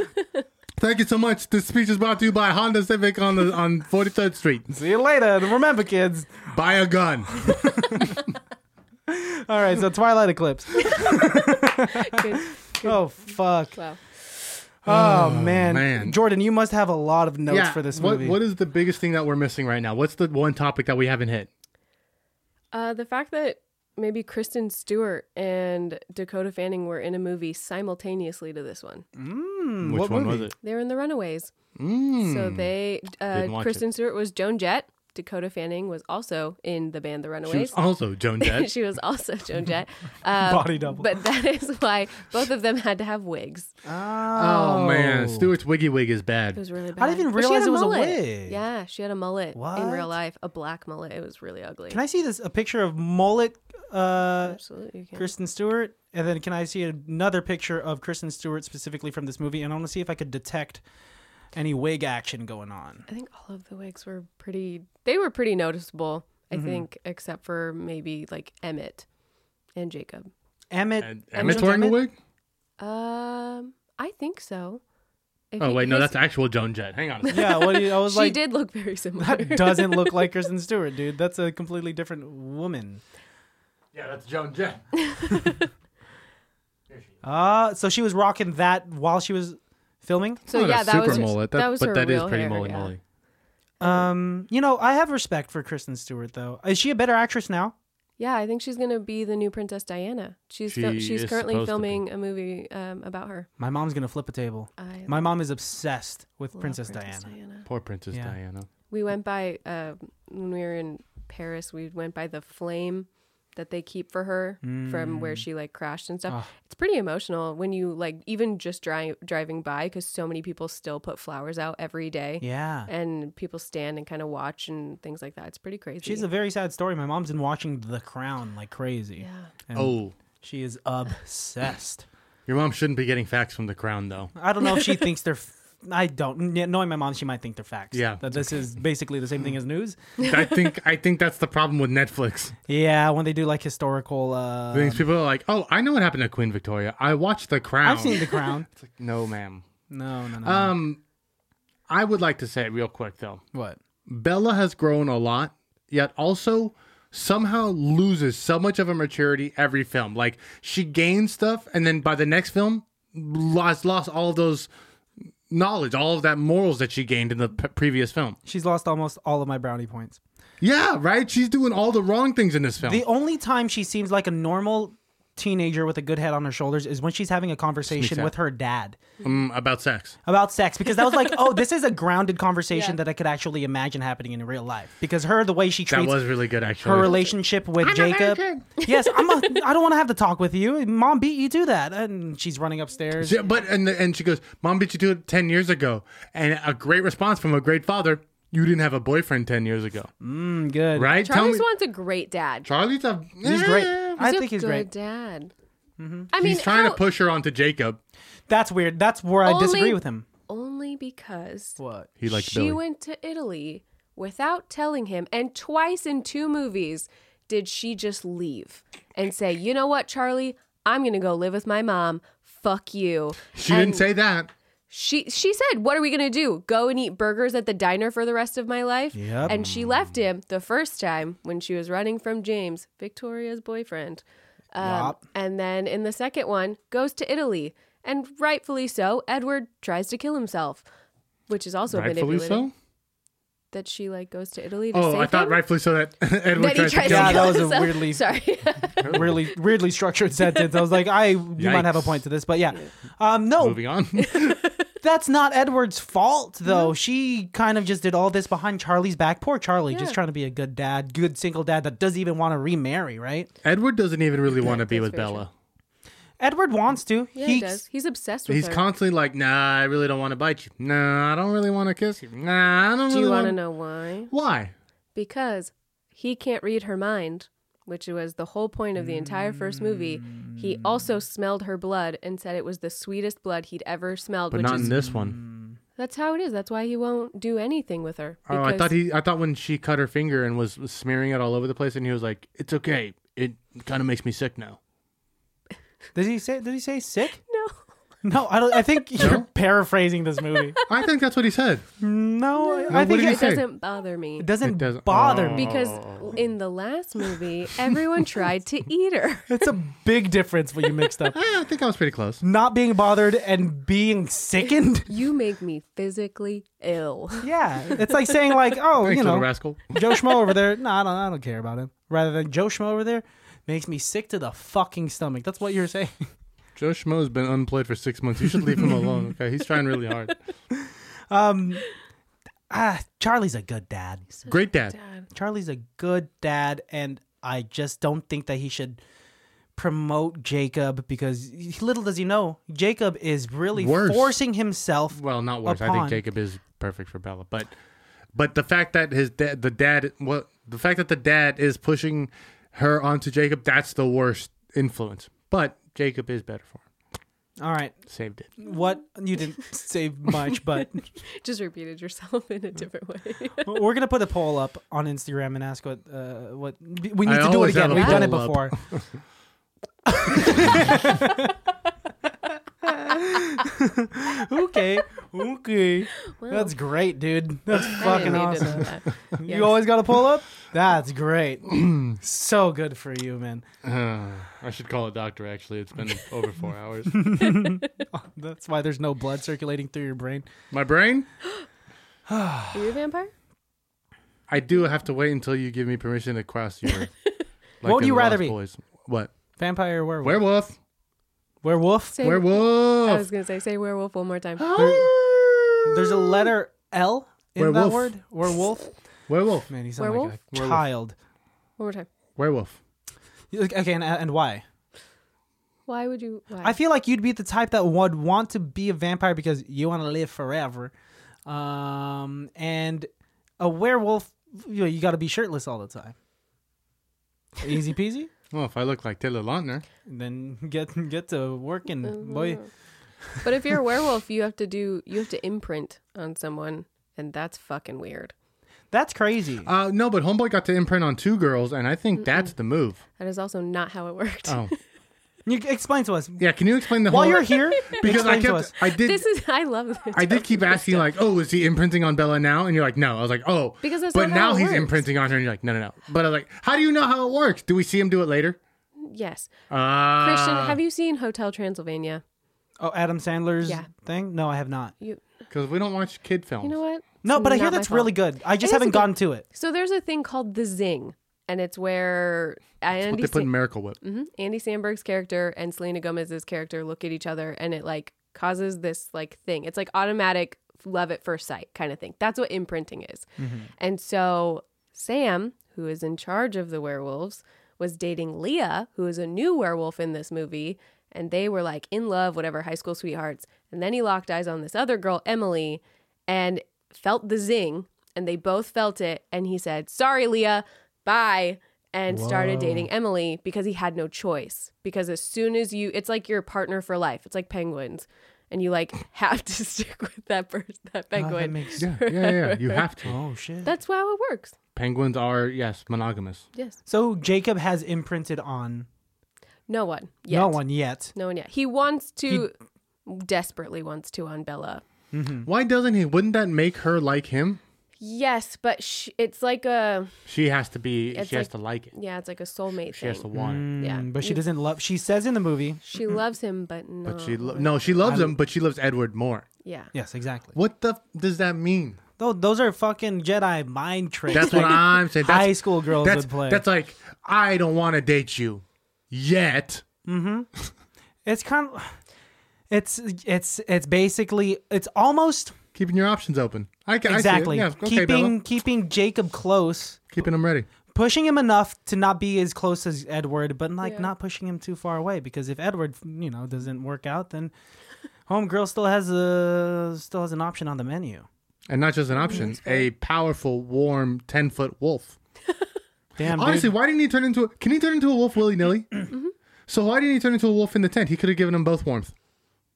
Speaker 2: Thank you so much. This speech is brought to you by Honda Civic on the on 43rd Street.
Speaker 1: See you later. And remember, kids.
Speaker 2: Buy a gun.
Speaker 1: All right, so Twilight Eclipse.
Speaker 3: Good.
Speaker 1: Oh fuck.
Speaker 3: Wow.
Speaker 1: Oh, man.
Speaker 2: man.
Speaker 1: Jordan, you must have a lot of notes for this
Speaker 2: what,
Speaker 1: movie.
Speaker 2: what is the biggest thing that we're missing right now? What's the one topic that we haven't hit?
Speaker 3: Uh, the fact that maybe Kristen Stewart and Dakota Fanning were in a movie simultaneously to this one.
Speaker 1: Hmm, what movie?
Speaker 3: They were in The Runaways.
Speaker 2: Mm.
Speaker 3: So they, uh,
Speaker 2: Didn't watch
Speaker 3: Kristen Stewart was Joan Jett. Dakota Fanning was also in the band The
Speaker 2: She was
Speaker 3: Runaways.
Speaker 2: also Joan Jett.
Speaker 3: she was also Joan Jett. Um,
Speaker 1: Body double.
Speaker 3: But that is why both of them had to have wigs.
Speaker 1: Oh.
Speaker 2: oh, man, Stewart's wiggy wig is bad.
Speaker 3: It was really bad.
Speaker 1: I didn't even
Speaker 3: But she had
Speaker 1: realize it was a
Speaker 3: mullet.
Speaker 1: wig.
Speaker 3: Yeah, she had a mullet in
Speaker 1: What?
Speaker 3: real life, a black mullet. It was really ugly.
Speaker 1: Can I see this a picture of mullet uh
Speaker 3: Absolutely, you can.
Speaker 1: Kristen Stewart? And then can I see another picture of Kristen Stewart specifically from this movie? And I want to see if I could detect any wig action going on.
Speaker 3: I think all of the wigs were pretty. They were pretty noticeable.
Speaker 1: Mm-hmm.
Speaker 3: I think, except for maybe like Emmett and Jacob.
Speaker 1: Emmett
Speaker 2: And
Speaker 1: Emmett-
Speaker 2: Emmett's wearing a
Speaker 1: Emmett?
Speaker 2: wig?
Speaker 3: Um, I think so. If
Speaker 2: Oh,
Speaker 3: you-
Speaker 2: wait, no,
Speaker 3: his-
Speaker 2: that's actual Joan Jett. Hang on a second.
Speaker 1: Yeah, what do you, I was
Speaker 3: she
Speaker 1: like
Speaker 3: did look very similar.
Speaker 1: that doesn't look like Kristen Stewart, dude. That's a completely different woman.
Speaker 2: yeah, that's Joan Jett.
Speaker 1: Ah, so she was rocking that while she was filming.
Speaker 3: so
Speaker 2: Not
Speaker 3: yeah,
Speaker 2: a
Speaker 3: that was
Speaker 2: super
Speaker 3: her-
Speaker 2: mullet,
Speaker 3: that was
Speaker 2: but
Speaker 3: her
Speaker 2: that is
Speaker 3: real
Speaker 2: pretty
Speaker 3: hair,
Speaker 2: mullet
Speaker 3: yeah.
Speaker 2: mullet.
Speaker 1: Um, you know, I have respect for Kristen Stewart though. Is she a better actress now?
Speaker 3: Yeah, I think she's gonna be the new Princess Diana. She's fil-
Speaker 2: She
Speaker 3: she's
Speaker 2: is
Speaker 3: currently
Speaker 2: supposed to be.
Speaker 3: filming a movie um, about her.
Speaker 1: My mom's gonna flip a table.
Speaker 3: I
Speaker 1: My mom is obsessed with
Speaker 3: love
Speaker 1: Princess, Diana.
Speaker 2: Poor Princess
Speaker 1: Yeah.
Speaker 2: Diana.
Speaker 3: We went by uh, when we were in Paris. We went by the flame that they keep for her from
Speaker 2: Mm.
Speaker 3: where she like crashed and
Speaker 2: Ah.
Speaker 3: stuff. It's pretty emotional when you like even just dri- driving by because so many people still put flowers out every day.
Speaker 1: Yeah,
Speaker 3: And people stand and kind of watch and things like that. It's pretty crazy.
Speaker 1: she's a very sad story. My mom's been watching The Crown like crazy.
Speaker 3: yeah.
Speaker 1: And
Speaker 2: Oh,
Speaker 1: she is obsessed.
Speaker 2: your mom shouldn't be getting facts from the crown, though.
Speaker 1: I don't know if she thinks they're f- I don't. kn- Knowing my mom, she might think they're facts.
Speaker 2: Yeah.
Speaker 1: That this is basically the same thing as news.
Speaker 2: I think I think that's the problem with Netflix.
Speaker 1: Yeah, when they do like historical. Uh,
Speaker 2: Things people are like, oh, I know what happened to Queen Victoria. I watched The Crown.
Speaker 1: I've seen The Crown.
Speaker 2: It's like, no, ma'am.
Speaker 1: No, no, no.
Speaker 2: Um, I would like to say real quick though,
Speaker 1: what?
Speaker 2: Bella has grown a lot, yet also somehow loses so much of her maturity every film. Like she gains stuff, and then by the next film, lost lost all of those knowledge, all of that morals that she gained in the p- previous film.
Speaker 1: She's lost almost all of my brownie points.
Speaker 2: Yeah, right. She's doing all the wrong things in this film.
Speaker 1: The only time she seems like a normal teenager with a good head on her shoulders is when she's having a conversation
Speaker 2: out.
Speaker 1: with her dad
Speaker 2: Mm, about sex.
Speaker 1: about sex because that was like oh this is a grounded conversation
Speaker 3: Yeah.
Speaker 1: that i could actually imagine happening in real life because her the way she
Speaker 2: That
Speaker 1: treats
Speaker 2: was really good,
Speaker 1: her
Speaker 2: actually.
Speaker 1: relationship with jacob yes i'm a, i don't want to have to talk with you mom beat you to that and she's running upstairs
Speaker 2: Yeah, but and and she goes, "Mom, did you do it ten years ago?" And a great response from a great father. You didn't have a boyfriend ten years ago,
Speaker 1: Mm, good
Speaker 2: right?
Speaker 3: Charlie Swan's a great dad.
Speaker 2: Charlie's a
Speaker 1: he's great
Speaker 2: Eh.
Speaker 1: i
Speaker 3: a
Speaker 1: think he's
Speaker 3: Ah, good
Speaker 1: great
Speaker 3: dad. I mean,
Speaker 2: Mm-hmm. He's trying
Speaker 3: how-
Speaker 2: to push her onto Jacob.
Speaker 1: that's weird that's where i disagree
Speaker 3: Only-
Speaker 1: with him
Speaker 3: only because
Speaker 1: what
Speaker 2: He likes
Speaker 3: she
Speaker 2: Billy.
Speaker 3: went to Italy without telling him, and twice in two movies did she just leave and say, "You know what, Charlie? I'm gonna go live with my mom. Fuck you."
Speaker 2: she
Speaker 3: And
Speaker 2: didn't say that.
Speaker 3: She she said, "What are we gonna do? Go and eat burgers at the diner for the rest of my life?"
Speaker 1: Yep.
Speaker 3: And she left him the first time when she was running from James, Victoria's boyfriend. Um,
Speaker 1: Yup.
Speaker 3: And then in the second one, goes to Italy, and rightfully so. Edward tries to kill himself, which is also
Speaker 2: Rightfully so.
Speaker 3: manipulative that she like goes to Italy to
Speaker 2: Oh,
Speaker 3: save
Speaker 2: I thought
Speaker 3: him?
Speaker 2: rightfully so that Edward
Speaker 3: that he
Speaker 2: tries to
Speaker 3: tries
Speaker 2: kill
Speaker 3: to
Speaker 1: Yeah,
Speaker 2: him.
Speaker 1: that
Speaker 3: kill
Speaker 1: was a
Speaker 3: himself.
Speaker 1: weirdly-
Speaker 3: sorry.
Speaker 1: weirdly weirdly structured sentence. I was like, I you might have a
Speaker 2: Yikes.
Speaker 1: point to this, but yeah. Um no,
Speaker 2: Moving on.
Speaker 1: that's not Edward's fault though. She kind of just did all this behind Charlie's back. Poor Charlie, just
Speaker 3: Yeah.
Speaker 1: trying to be a good dad, good single dad that doesn't even want to remarry, right?
Speaker 2: Edward doesn't even really want to be with
Speaker 3: very true.
Speaker 2: Bella.
Speaker 1: Edward wants to.
Speaker 3: yeah, he does. He's obsessed with
Speaker 2: He's
Speaker 3: her.
Speaker 2: constantly like, "Nah, I really don't want to bite you. Nah, I don't really want to kiss you. Nah, I don't
Speaker 3: Do
Speaker 2: really
Speaker 3: you want
Speaker 2: want
Speaker 3: to know why?
Speaker 2: why."
Speaker 3: Because he can't read her mind, which was the whole point of the entire first movie.
Speaker 2: Mm.
Speaker 3: He also smelled her blood and said it was the sweetest blood he'd ever smelled.
Speaker 2: But
Speaker 3: which
Speaker 2: not
Speaker 3: is
Speaker 2: in this one.
Speaker 3: that's how it is. That's why he won't do anything with her.
Speaker 2: Oh, I
Speaker 3: because-
Speaker 2: thought he. I thought when she cut her finger and was smearing it all over the place, and he was like, "It's okay. It kind of makes me sick now."
Speaker 1: Does he say did he say sick?
Speaker 3: no.
Speaker 1: No, I don't I think you're paraphrasing this movie.
Speaker 2: I think that's what he said.
Speaker 1: No, I- I
Speaker 2: what
Speaker 1: think
Speaker 2: do you
Speaker 1: it,
Speaker 3: It
Speaker 2: say?
Speaker 3: doesn't bother me.
Speaker 1: it doesn't,
Speaker 2: It doesn't-
Speaker 1: bother
Speaker 2: Oh.
Speaker 1: me.
Speaker 3: Because in the last movie, everyone tried to eat her.
Speaker 1: It's a big difference when you mixed up.
Speaker 2: Eh, I think I was pretty close.
Speaker 1: Not being bothered and being sickened.
Speaker 3: You make me physically ill.
Speaker 1: Yeah, it's like saying like, oh,
Speaker 2: Thanks,
Speaker 1: you know,
Speaker 2: little rascal.
Speaker 1: Joe Schmo over there. No, I don't. I don't care about him. Rather than Joe Schmo over there makes me sick to the fucking stomach. That's what you're saying.
Speaker 2: Joe Schmo's been unplayed for six months. You should leave him alone. Okay, he's trying really hard.
Speaker 1: Um, ah, Charlie's a good dad.
Speaker 2: Great dad.
Speaker 1: Charlie's a good dad, and I just don't think that he should promote Jacob because little does he know Jacob is really
Speaker 2: Worse.
Speaker 1: forcing himself.
Speaker 2: Well, not worse. I
Speaker 1: Upon.
Speaker 2: think Jacob is perfect for Bella, but but the fact that his dad, the dad, what the fact that the dad is pushing her onto Jacob, that's the worst influence. But Jacob is better for him.
Speaker 1: All right,
Speaker 2: Saved it.
Speaker 1: what you didn't save much, but
Speaker 3: Just repeated yourself in a different way.
Speaker 1: we're gonna put a poll up on Instagram and ask what uh, what we need
Speaker 2: I
Speaker 1: to do it
Speaker 2: always have
Speaker 1: again.
Speaker 2: a
Speaker 1: We've done it
Speaker 2: poll up.
Speaker 1: before. okay, okay, that's great, dude. That's
Speaker 3: I
Speaker 1: fucking
Speaker 3: didn't need to know
Speaker 1: awesome.
Speaker 3: that.
Speaker 1: You always got a pull up. That's great. so good for you, man.
Speaker 2: Uh, I should call a doctor. Actually, it's been over four hours.
Speaker 1: That's why there's no blood circulating through your brain.
Speaker 2: My brain.
Speaker 3: Are you a vampire?
Speaker 2: I do have to wait until you give me permission to cross your. like
Speaker 1: would
Speaker 2: in
Speaker 1: you
Speaker 2: The
Speaker 1: rather
Speaker 2: Lost
Speaker 1: be?
Speaker 2: Boys. What
Speaker 1: Vampire or werewolf?
Speaker 2: werewolf?
Speaker 1: werewolf.
Speaker 3: Say,
Speaker 2: Werewolf.
Speaker 3: I was gonna say, say werewolf one more time.
Speaker 1: There's a letter L in that
Speaker 2: Werewolf.
Speaker 1: word. Werewolf.
Speaker 2: werewolf.
Speaker 1: Man, he's like a
Speaker 3: Werewolf?
Speaker 1: child.
Speaker 3: One more time.
Speaker 2: Werewolf.
Speaker 1: Okay, and, uh, and why?
Speaker 3: Why would you? Why?
Speaker 1: I feel like you'd be the type that would want to be a vampire because you want to live forever. Um, and a werewolf, you know, you got to be shirtless all the time. Easy peasy.
Speaker 2: Well, if I look like Taylor Lautner,
Speaker 3: Mm-hmm.
Speaker 1: then get get to working, boy.
Speaker 3: But if you're a werewolf, you have to do you have to imprint on someone, and that's fucking weird.
Speaker 1: That's crazy.
Speaker 2: Uh, no, but Homeboy got to imprint on two girls, and I think that's the move.
Speaker 3: That is also not how it worked.
Speaker 2: Oh,
Speaker 1: you explain to us
Speaker 2: yeah. Can you explain the
Speaker 1: while
Speaker 2: whole?
Speaker 1: you're here.
Speaker 2: because
Speaker 1: explain
Speaker 2: I
Speaker 1: to
Speaker 2: kept,
Speaker 1: us.
Speaker 2: I did,
Speaker 3: This is I love this.
Speaker 2: I did keep asking like, oh, is he imprinting on Bella now? And you're like, no. I was like, oh,
Speaker 3: Because that's
Speaker 2: but
Speaker 3: not how
Speaker 2: now
Speaker 3: it
Speaker 2: he's
Speaker 3: works.
Speaker 2: imprinting on her, and you're like, no, no, no. But I was like, how do you know how it works? Do we see him do it later?
Speaker 3: Yes,
Speaker 2: Uh,
Speaker 3: Christian, have you seen Hotel Transylvania?
Speaker 1: Oh, Adam Sandler's
Speaker 3: Yeah.
Speaker 1: thing? No, I have not.
Speaker 3: You
Speaker 2: because we don't watch kid films.
Speaker 3: you know what?
Speaker 1: No,
Speaker 3: It's
Speaker 1: but I
Speaker 3: not
Speaker 1: hear
Speaker 3: my
Speaker 1: that's
Speaker 3: fault.
Speaker 1: really good. I
Speaker 3: It
Speaker 1: just
Speaker 3: is
Speaker 1: haven't
Speaker 3: a good-
Speaker 1: gotten to it.
Speaker 3: So there's a thing called the zing, and it's where Andy
Speaker 2: They put in
Speaker 3: Sa-
Speaker 2: Miracle Whip.
Speaker 3: Mhm. Andy Sandberg's character and Selena Gomez's character look at each other, and it like causes this like thing. It's like automatic love at first sight kind of thing. That's what imprinting is. And so Sam, who is in charge of the werewolves, was dating Leah, who is a new werewolf in this movie, and they were like in love, whatever, high school sweethearts. And then he locked eyes on this other girl, Emily, and felt the zing, and they both felt it. And he said, Sorry, Leah, bye. And started dating Emily because he had no choice. Because as soon as you, it's like your partner for life, it's like penguins. And you like have to stick with that person, that
Speaker 1: Oh, that
Speaker 3: penguin.
Speaker 1: makes-
Speaker 2: Yeah, yeah, yeah, yeah. You have to.
Speaker 1: oh shit.
Speaker 3: That's how it works.
Speaker 2: Penguins are yes monogamous.
Speaker 3: Yes.
Speaker 1: so Jacob has imprinted on
Speaker 3: No one. Yet.
Speaker 1: no one yet.
Speaker 3: No one yet. He wants to, desperately wants to on Bella.
Speaker 1: Mm-hmm.
Speaker 2: Why doesn't he? Wouldn't that make her like him?
Speaker 3: Yes, but sh- it's like a
Speaker 2: She has to be.
Speaker 3: It's
Speaker 2: she has
Speaker 3: like-
Speaker 2: to like it.
Speaker 3: yeah, it's like a soulmate
Speaker 2: She
Speaker 3: thing.
Speaker 2: has to want it.
Speaker 3: Yeah.
Speaker 1: Mm, but she
Speaker 3: You-
Speaker 1: doesn't love. She says in the movie.
Speaker 3: She loves him, but no.
Speaker 2: But she lo- no, she loves him, but she loves Edward more.
Speaker 3: Yeah.
Speaker 1: Yes, exactly.
Speaker 2: What the f- does that mean?
Speaker 1: Tho- those are fucking Jedi mind tricks.
Speaker 2: That's
Speaker 1: that
Speaker 2: what I'm saying. That's,
Speaker 1: high school girls
Speaker 2: that's
Speaker 1: would play.
Speaker 2: that's like I don't want to date you yet.
Speaker 1: it's kind of. It's it's it's basically it's almost
Speaker 2: Keeping your options open. I can
Speaker 1: exactly
Speaker 2: I see it. Yeah, okay,
Speaker 1: keeping
Speaker 2: Bella.
Speaker 1: keeping Jacob close,
Speaker 2: keeping them ready.
Speaker 1: pushing him enough to not be as close as Edward, but like
Speaker 3: Yeah.
Speaker 1: not pushing him too far away because if Edward you know doesn't work out, then homegirl still has a still has an option on the menu.
Speaker 2: And not just an option, a powerful, warm, ten foot wolf.
Speaker 1: Damn, dude. Mm-hmm.
Speaker 2: Honestly, why didn't he turn into? A, can he turn into a wolf willy nilly? So why didn't he turn into a wolf in the tent? He could have given them both warmth.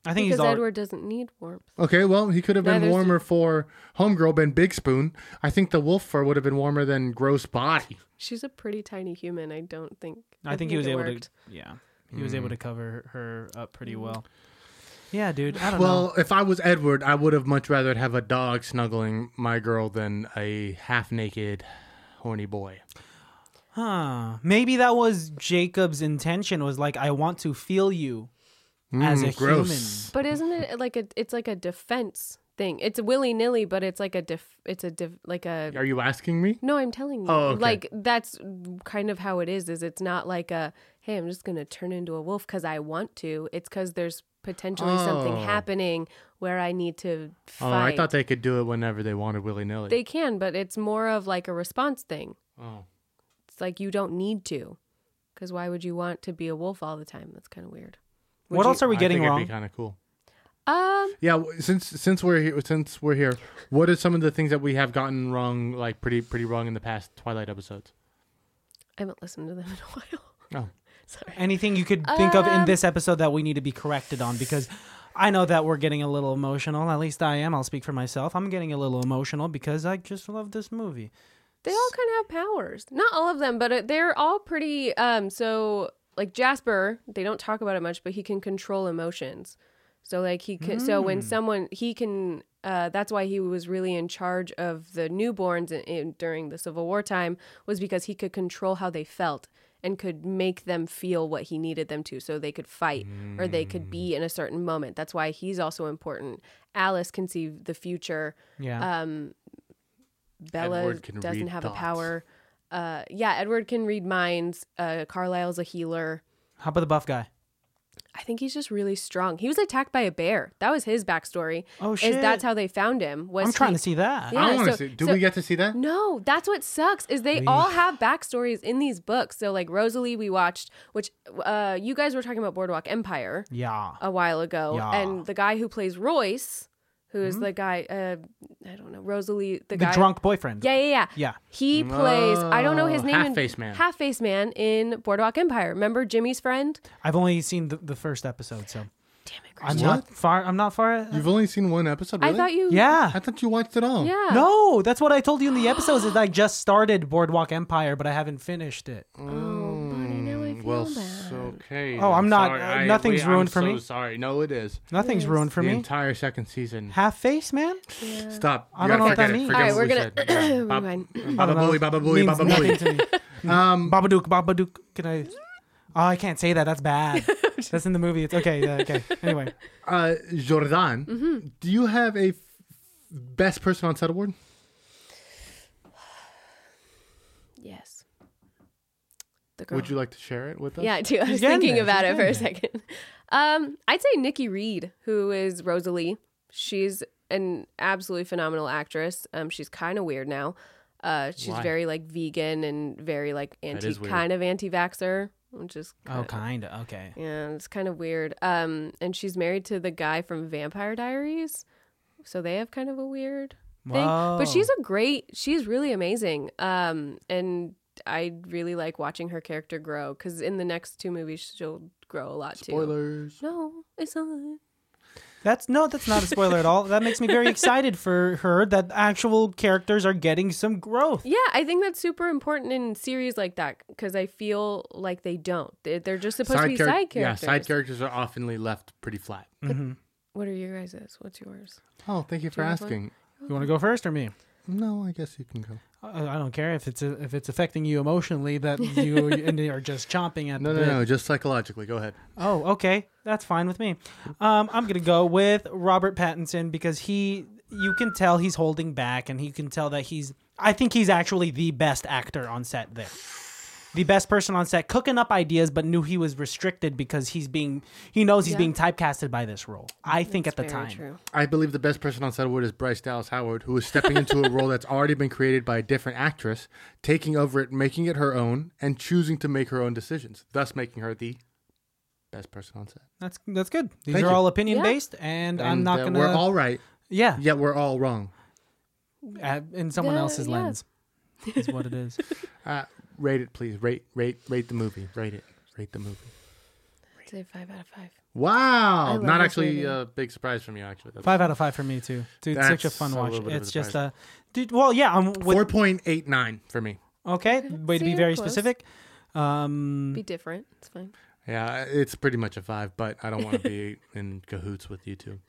Speaker 1: I think
Speaker 3: Because
Speaker 1: he's all.
Speaker 3: Edward doesn't need warmth.
Speaker 2: Okay, well, he could have been
Speaker 3: Neither's-
Speaker 2: warmer for Homegirl, been Big Spoon. I think the wolf fur would have been warmer than Gross Body.
Speaker 3: She's a pretty tiny human. I don't think.
Speaker 1: I think he was
Speaker 3: it
Speaker 1: able
Speaker 3: worked. Hmm.
Speaker 1: to. Yeah, he was
Speaker 2: Hmm.
Speaker 1: able to cover her up pretty well. Yeah, dude. I don't know.
Speaker 2: Well, if I was Edward, I would have much rather have a dog snuggling my girl than a half naked horny boy.
Speaker 1: Huh. Maybe that was Jacob's intention. Was like, I want to feel you as a
Speaker 2: Mm, gross.
Speaker 3: But isn't it like a? It's like a defense thing. It's willy nilly, but it's like a def. It's a def, like a.
Speaker 2: Are you asking me?
Speaker 3: No, I'm telling you.
Speaker 2: Oh, okay.
Speaker 3: Like that's kind of how it is. Is it's not like a hey, I'm just gonna turn into a wolf because I want to. It's because there's potentially something
Speaker 2: Oh.
Speaker 3: happening where I need to fight.
Speaker 2: Oh, I thought they could do it whenever they wanted willy nilly.
Speaker 3: they can, but it's more of like a response thing.
Speaker 2: oh.
Speaker 3: It's like you don't need to, because why would you want to be a wolf all the time? That's kind of weird. Would
Speaker 1: What
Speaker 3: you-
Speaker 1: else are we
Speaker 2: I
Speaker 1: getting
Speaker 2: think
Speaker 1: wrong?
Speaker 2: It'd be kind of cool.
Speaker 3: Um,
Speaker 2: Yeah, w- since since we're here, since we're here, what are some of the things that we have gotten wrong, like pretty pretty wrong in the past Twilight episodes?
Speaker 3: I haven't listened to them in a while.
Speaker 2: Oh,
Speaker 3: Sorry.
Speaker 1: Anything you could think of in
Speaker 3: Um,
Speaker 1: this episode that we need to be corrected on because. I know that we're getting a little emotional. At least I am. I'll speak for myself. I'm getting a little emotional because I just love this movie.
Speaker 3: They all kind of have powers. Not all of them, but uh, they're all pretty. Um, so like Jasper, they don't talk about it much, but he can control emotions. So like he can. So when someone he can. Uh, that's why he was really in charge of the newborns in, in, during the Civil War time was because he could control how they felt and could make them feel what he needed them to so they could fight or they could be in a certain moment. That's why he's also important. Alice can see the future.
Speaker 1: Yeah.
Speaker 3: Uh, Bella
Speaker 2: Edward can read
Speaker 3: doesn't have
Speaker 2: thoughts.
Speaker 3: a power. Uh, yeah, Edward can read minds. Uh, Carlisle's a healer.
Speaker 1: How about the buff guy?
Speaker 3: I think he's just really strong. He was attacked by a bear. That was his backstory.
Speaker 1: Oh,
Speaker 3: Is
Speaker 1: shit.
Speaker 3: that's how they found him? Was
Speaker 1: I'm trying
Speaker 3: he-
Speaker 1: to see that.
Speaker 3: Yeah,
Speaker 2: I want to
Speaker 3: so-
Speaker 2: see. Do
Speaker 3: so-
Speaker 2: we get to see that?
Speaker 3: No, that's what sucks is they all have backstories in these books. So like Rosalie, we watched, which uh, you guys were talking about Boardwalk Empire
Speaker 1: Yeah.
Speaker 3: a while ago,
Speaker 1: Yeah. Hmm?
Speaker 3: and the guy who plays Royce, who is the guy, uh, I don't know, Rosalie, the,
Speaker 1: The
Speaker 3: guy,
Speaker 1: drunk boyfriend.
Speaker 3: yeah, yeah, yeah.
Speaker 1: Yeah.
Speaker 3: He plays. I don't know his
Speaker 2: Oh,
Speaker 3: name. in-
Speaker 2: Half-Face Man.
Speaker 3: Half-Face man in Boardwalk Empire. Remember Jimmy's friend?
Speaker 1: I've only seen the, the first episode, so
Speaker 3: Damn it,
Speaker 1: I'm
Speaker 3: Christian.
Speaker 1: not far. I'm not far. uh,
Speaker 2: You've only seen one episode, really?
Speaker 3: I thought you.
Speaker 1: yeah.
Speaker 2: I thought you watched it all.
Speaker 3: Yeah.
Speaker 1: No, that's what I told you in the episodes. Is I just started Boardwalk Empire, but I haven't finished it.
Speaker 3: Oh, buddy, now I feel
Speaker 2: Hmm, Well,
Speaker 3: bad.
Speaker 2: so- okay.
Speaker 1: Oh, I'm not-
Speaker 2: sorry.
Speaker 1: uh,
Speaker 2: I-
Speaker 1: nothing's
Speaker 2: wait, I'm
Speaker 1: ruined for me.
Speaker 2: So sorry. No, it is.
Speaker 1: Nothing's
Speaker 3: Yes.
Speaker 1: ruined for
Speaker 2: the
Speaker 1: me.
Speaker 2: entire second season.
Speaker 1: Half face, man.
Speaker 3: Yeah.
Speaker 2: Stop.
Speaker 1: I
Speaker 2: You
Speaker 1: don't
Speaker 2: gotta
Speaker 1: know what that
Speaker 2: forget it.
Speaker 1: means.
Speaker 2: Forget
Speaker 3: All right,
Speaker 2: what
Speaker 3: we're
Speaker 2: we
Speaker 3: gonna.
Speaker 2: said. Yeah. Bob-
Speaker 3: Rewind.
Speaker 2: Baba
Speaker 1: know.
Speaker 2: Booey, Baba Booey,
Speaker 1: Means
Speaker 2: Baba
Speaker 1: nothing
Speaker 2: Booey.
Speaker 1: to me.
Speaker 2: Um,
Speaker 1: Babadook, Babadook. Can I? Oh, I can't say that. That's bad. That's in the movie. It's okay. Yeah, okay. Anyway,
Speaker 2: uh, Jordan,
Speaker 3: Mm-hmm.
Speaker 2: do you have a f- best person on set award?
Speaker 3: Yes. The girl.
Speaker 2: Would you like to share it with us?
Speaker 3: Yeah, I do. I
Speaker 1: She's
Speaker 3: was
Speaker 1: getting
Speaker 3: thinking
Speaker 1: there.
Speaker 3: about
Speaker 1: She's
Speaker 3: it for a
Speaker 1: getting
Speaker 3: second. Um, I'd say Nikki Reed, who is Rosalie. She's an absolutely phenomenal actress. Um, she's kind of weird now. Uh, she's
Speaker 2: Why?
Speaker 3: very like vegan and very like anti,
Speaker 2: is weird.
Speaker 3: kind of anti-vaxer, which is
Speaker 1: oh,
Speaker 3: kind of,
Speaker 1: kind of. Okay.
Speaker 3: yeah, it's kind of weird. Um, and she's married to the guy from Vampire Diaries, so they have kind of a weird thing.
Speaker 1: Whoa.
Speaker 3: But she's a great, she's really amazing. Um, and I really like watching her character grow because in the next two movies she'll grow a lot
Speaker 2: Spoilers.
Speaker 3: too. No, it's not.
Speaker 1: That's no, that's not a spoiler at all. That makes me very excited for her that actual characters are getting some growth.
Speaker 3: Yeah, I think that's super important in series like that because I feel like they don't. They- They're just supposed to be
Speaker 2: charac-
Speaker 3: side
Speaker 2: Yeah,
Speaker 3: characters.
Speaker 2: side characters are oftenly left pretty flat.
Speaker 3: What are your guys'? What's yours?
Speaker 2: Oh, thank you for
Speaker 3: you have
Speaker 2: asking.
Speaker 1: You want to go first or me?
Speaker 2: No, I guess you can go.
Speaker 1: I I don't care if it's if it's affecting you emotionally that you and you are just chomping at.
Speaker 2: No,
Speaker 1: the
Speaker 2: no,
Speaker 1: bit.
Speaker 2: no. Just psychologically. Go ahead.
Speaker 1: Oh, okay, that's fine with me. Um, I'm gonna go with Robert Pattinson because he, you can tell he's holding back, and you can tell that he's. I think he's actually the best actor on set there. The best person on set, cooking up ideas, but knew he was restricted because he's being, he knows he's
Speaker 3: Yeah.
Speaker 1: being typecasted by this role. I think at the
Speaker 3: Very
Speaker 1: time.
Speaker 3: true.
Speaker 2: I believe the best person on set award is Bryce Dallas Howard, who is stepping into a role that's already been created by a different actress, taking over it, making it her own, and choosing to make her own decisions, thus making her the best person on set.
Speaker 1: That's that's good. These
Speaker 2: Thank
Speaker 1: are
Speaker 2: you.
Speaker 1: all opinion
Speaker 3: Yeah.
Speaker 1: based, and, I'm
Speaker 2: And,
Speaker 1: not
Speaker 2: uh,
Speaker 1: gonna.
Speaker 2: We're all right,
Speaker 1: yeah,
Speaker 2: yet we're all wrong.
Speaker 1: uh, in someone
Speaker 3: Yeah,
Speaker 1: else's
Speaker 3: yeah.
Speaker 1: lens. Is what it is.
Speaker 2: Uh, rate it, please. Rate, rate, rate the movie. Rate it. Rate the movie.
Speaker 3: I'd say five out of five. I
Speaker 2: Wow!
Speaker 3: love
Speaker 2: Not
Speaker 3: this
Speaker 2: actually
Speaker 3: movie.
Speaker 2: a big surprise from you, actually. That's
Speaker 1: Five out of five for me too. Dude, it's such a
Speaker 2: That's
Speaker 1: fun
Speaker 2: a
Speaker 1: watch.
Speaker 2: little bit of
Speaker 1: It's
Speaker 2: a
Speaker 1: just
Speaker 2: surprise.
Speaker 1: a dude. Well, yeah, I'm with,
Speaker 2: four point eight nine for me.
Speaker 1: okay. Way to
Speaker 3: See,
Speaker 1: be
Speaker 3: you're
Speaker 1: very
Speaker 3: close.
Speaker 1: specific. Um,
Speaker 3: Be different. It's fine.
Speaker 2: Yeah, it's pretty much a five, but I don't want to be in cahoots with you two.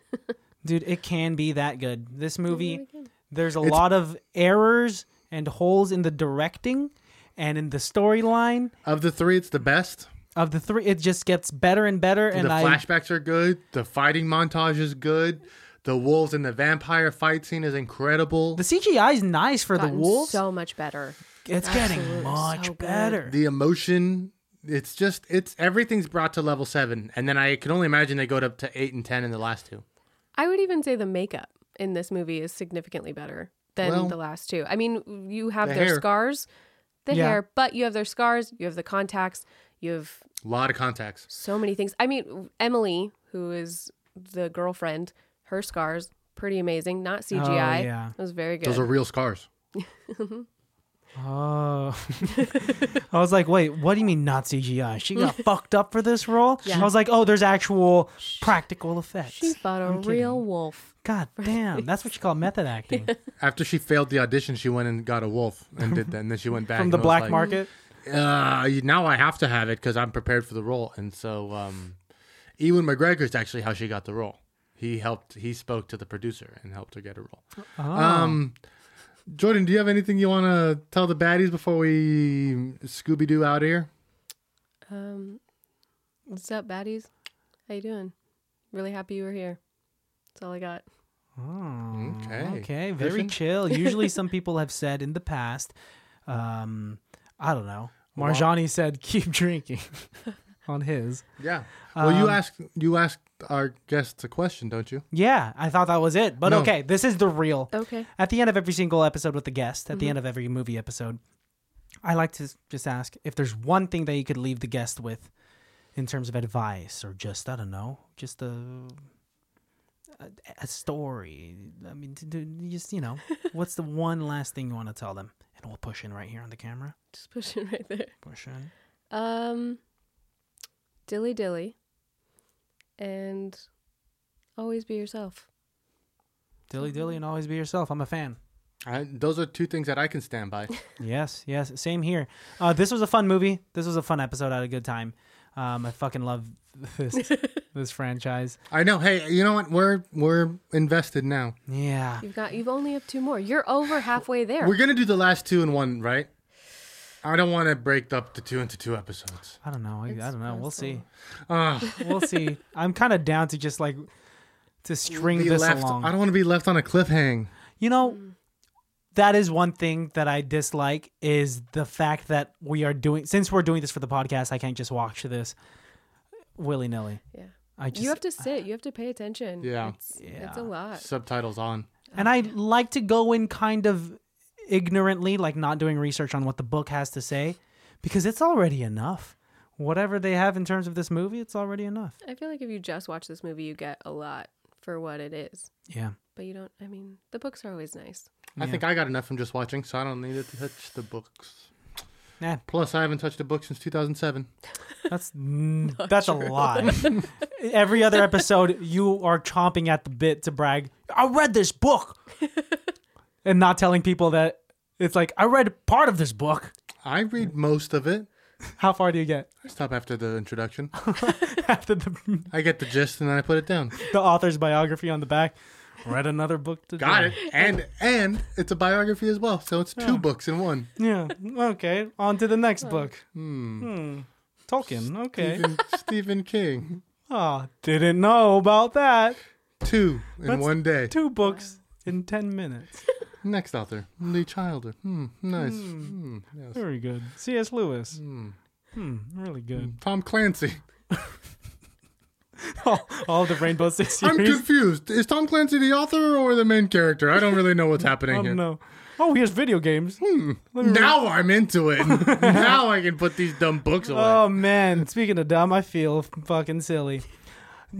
Speaker 1: dude, it can be that good. This movie,
Speaker 3: good.
Speaker 1: there's a
Speaker 2: It's-
Speaker 1: lot of errors and holes in the directing and in the storyline
Speaker 2: Of the three, it's the best.
Speaker 1: of the three. It just gets better and better. And
Speaker 2: the
Speaker 1: I,
Speaker 2: flashbacks are good. The fighting montage is good. The wolves and the vampire fight scene is incredible.
Speaker 1: the CGI is nice for the
Speaker 3: Gotten
Speaker 1: wolves.
Speaker 3: so much better.
Speaker 1: it's
Speaker 3: Absolutely
Speaker 1: getting much
Speaker 3: so good.
Speaker 1: better.
Speaker 2: The emotion, it's just, it's everything's brought to level seven, and then I can only imagine they go up to eight and ten in the last two.
Speaker 3: I would even say the makeup in this movie is significantly better than
Speaker 2: Well-
Speaker 3: the last two. I mean, you have
Speaker 2: The
Speaker 3: their
Speaker 2: hair.
Speaker 3: scars, the
Speaker 1: Yeah.
Speaker 3: hair, but you have their scars, you have the contacts, you have
Speaker 2: A lot of contacts.
Speaker 3: so many things. I mean, Emily, who is the girlfriend, her scars pretty amazing, not CGI.
Speaker 1: Oh, yeah.
Speaker 3: It was very good.
Speaker 2: Those are real scars.
Speaker 1: Oh, I was like, wait, what do you mean not CGI? She got fucked up for this role.
Speaker 3: Yeah.
Speaker 1: I was like, oh, there's actual practical effects.
Speaker 3: she fought a real wolf.
Speaker 1: God damn, that's what you call method acting
Speaker 2: After she failed the audition, she went and got a wolf and did that, and then she went back
Speaker 1: from
Speaker 2: and
Speaker 1: the
Speaker 2: was
Speaker 1: black
Speaker 2: like,
Speaker 1: market.
Speaker 2: Uh, now I have to have it because I'm prepared for the role, and so um, Ewan McGregor is actually how she got the role. He helped. He spoke to the producer and helped her get a role.
Speaker 1: Oh.
Speaker 2: Um, Jordan, do you have anything you want to tell the baddies before we Scooby Doo out here?
Speaker 3: Um, what's up, baddies? How you doing? Really happy you were here. That's all I got.
Speaker 1: Oh,
Speaker 2: Okay.
Speaker 1: Okay, very
Speaker 2: Christian?
Speaker 1: chill. Usually, some people have said in the past, um, I don't know. Marjani said, keep drinking on his.
Speaker 2: Yeah. Well,
Speaker 1: Um,
Speaker 2: you ask you asked our guests a question, don't you?
Speaker 1: Yeah, I thought that was it. But
Speaker 2: No.
Speaker 1: okay, this is the real.
Speaker 3: Okay.
Speaker 1: At the end of every single episode with the guest, at the end of every movie episode, I like to s- just ask if there's one thing that you could leave the guest with in terms of advice or just, I don't know, just a, a, a story. I mean, to, do just, you know, what's the one last thing you want to tell them? And we'll push in right here on the camera.
Speaker 3: Just push it right there.
Speaker 1: Push in.
Speaker 3: Um, dilly dilly, and always be yourself.
Speaker 1: Dilly dilly and always be yourself. I'm a fan.
Speaker 2: I, those are two things that I can stand by.
Speaker 1: Yes, yes, same here. Uh, this was a fun movie. This was a fun episode. I had a good time. Um, I fucking love this this franchise.
Speaker 2: I know. Hey, you know what? We're we're invested now.
Speaker 1: Yeah,
Speaker 3: You've got you've only have two more. You're over halfway there.
Speaker 2: We're gonna do the last two in one, right? I don't want to break up the two into two episodes.
Speaker 1: I don't know. I, I don't know. We'll see.
Speaker 2: Uh,
Speaker 1: We'll see. I'm kind of down to just like to string
Speaker 2: be
Speaker 1: this
Speaker 2: left-
Speaker 1: along.
Speaker 2: I don't want to be left on a cliffhang.
Speaker 1: You know,
Speaker 3: Mm.
Speaker 1: that is one thing that I dislike is the fact that we are doing since we're doing this for the podcast, I can't just watch this willy nilly.
Speaker 3: yeah.
Speaker 1: I just
Speaker 3: you have to sit. You have to pay attention.
Speaker 2: Yeah.
Speaker 3: It's, it's
Speaker 1: Yeah.
Speaker 3: a lot.
Speaker 2: Subtitles on.
Speaker 1: and I like to go in kind of ignorantly, like not doing research on what the book has to say, because it's already enough. Whatever they have in terms of this movie, it's already enough.
Speaker 3: I feel like if you just watch this movie, you get a lot for what it is.
Speaker 1: Yeah.
Speaker 3: But you don't. I mean, the books are always nice.
Speaker 2: I think I got enough from just watching, so I don't need to touch the books.
Speaker 1: Nah.
Speaker 2: Plus, I haven't touched a book since 2007.
Speaker 1: That's mm, that's a lie. Every other episode, you are chomping at the bit to brag. I read this book, and not telling people that it's like I read part of this book.
Speaker 2: I read most of it.
Speaker 1: How far do you get
Speaker 2: I stop after the introduction.
Speaker 1: after the,
Speaker 2: I get the gist and then I put it down.
Speaker 1: the author's biography on the back? Read another book today.
Speaker 2: Got it. And and it's a biography as well, so it's two books in one.
Speaker 1: Yeah. Okay. On to the next book. Hmm. Tolkien. Okay.
Speaker 2: Stephen, Stephen King,
Speaker 1: Ah, didn't know about that.
Speaker 2: two in
Speaker 1: That's
Speaker 2: one day.
Speaker 1: Two books in ten minutes.
Speaker 2: Next author, Lee Childer. Hmm, nice. Hmm, yes.
Speaker 1: Very good. C.S. Lewis. Hmm. really good.
Speaker 2: Tom Clancy.
Speaker 1: all, all the Rainbow Six
Speaker 2: I'm
Speaker 1: series.
Speaker 2: confused. Is Tom Clancy the author or the main character? I don't really know what's happening
Speaker 1: Oh
Speaker 2: here.
Speaker 1: no! Oh, he has video games.
Speaker 2: Now I'm into it. now I can put these dumb books away.
Speaker 1: Oh man! Speaking of dumb, I feel fucking silly.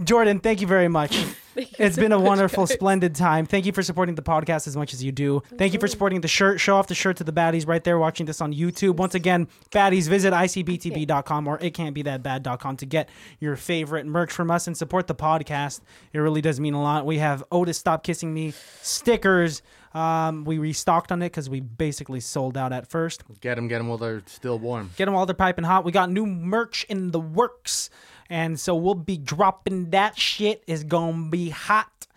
Speaker 1: Jordan, thank you very much. It's been a wonderful, splendid time. Thank you for supporting the podcast as much as you do. Thank you for supporting the shirt. Show off the shirt to the baddies right there watching this on YouTube. Once again, baddies, visit icbtb.com or itcan'tbethatbad.com to get your favorite merch from us and support the podcast. It really does mean a lot. We have Otis Stop Kissing Me stickers. Um, we restocked on it because we basically sold out at first.
Speaker 2: Get them, get them while they're still warm.
Speaker 1: Get them all they're piping hot. We got new merch in the works. And so we'll be dropping that shit. It's going to be hot.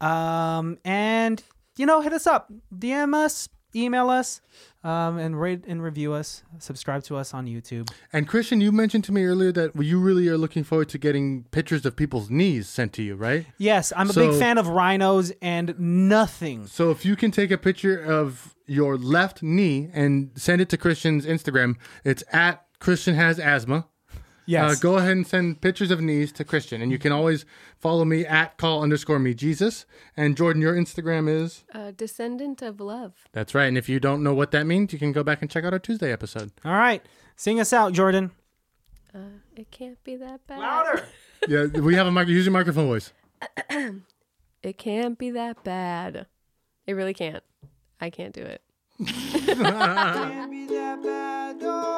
Speaker 1: Um, and, you know, hit us up. DM us, email us, um, and rate and review us. Subscribe to us on YouTube.
Speaker 2: And Christian, you mentioned to me earlier that you really are looking forward to getting pictures of people's knees sent to you, right?
Speaker 1: Yes, I'm a big
Speaker 2: So- Uh,
Speaker 1: fan of rhinos and nothing.
Speaker 2: So if you can take a picture of your left knee and send it to Christian's Instagram, it's at Christian has asthma.
Speaker 1: Yes.
Speaker 2: Uh, go ahead and send pictures of knees to Christian, and you can always follow me at call underscore me Jesus. And Jordan, your Instagram is
Speaker 3: Uh, Descendant of Love.
Speaker 2: that's right. And if you don't know what that means, you can go back and check out our Tuesday episode.
Speaker 1: All right. Sing us out, Jordan.
Speaker 3: It can't be that bad.
Speaker 2: yeah, we have a mic. Use your microphone voice.
Speaker 3: It can't be that bad. It really can't. I can't do it.
Speaker 4: can't be that bad. Oh,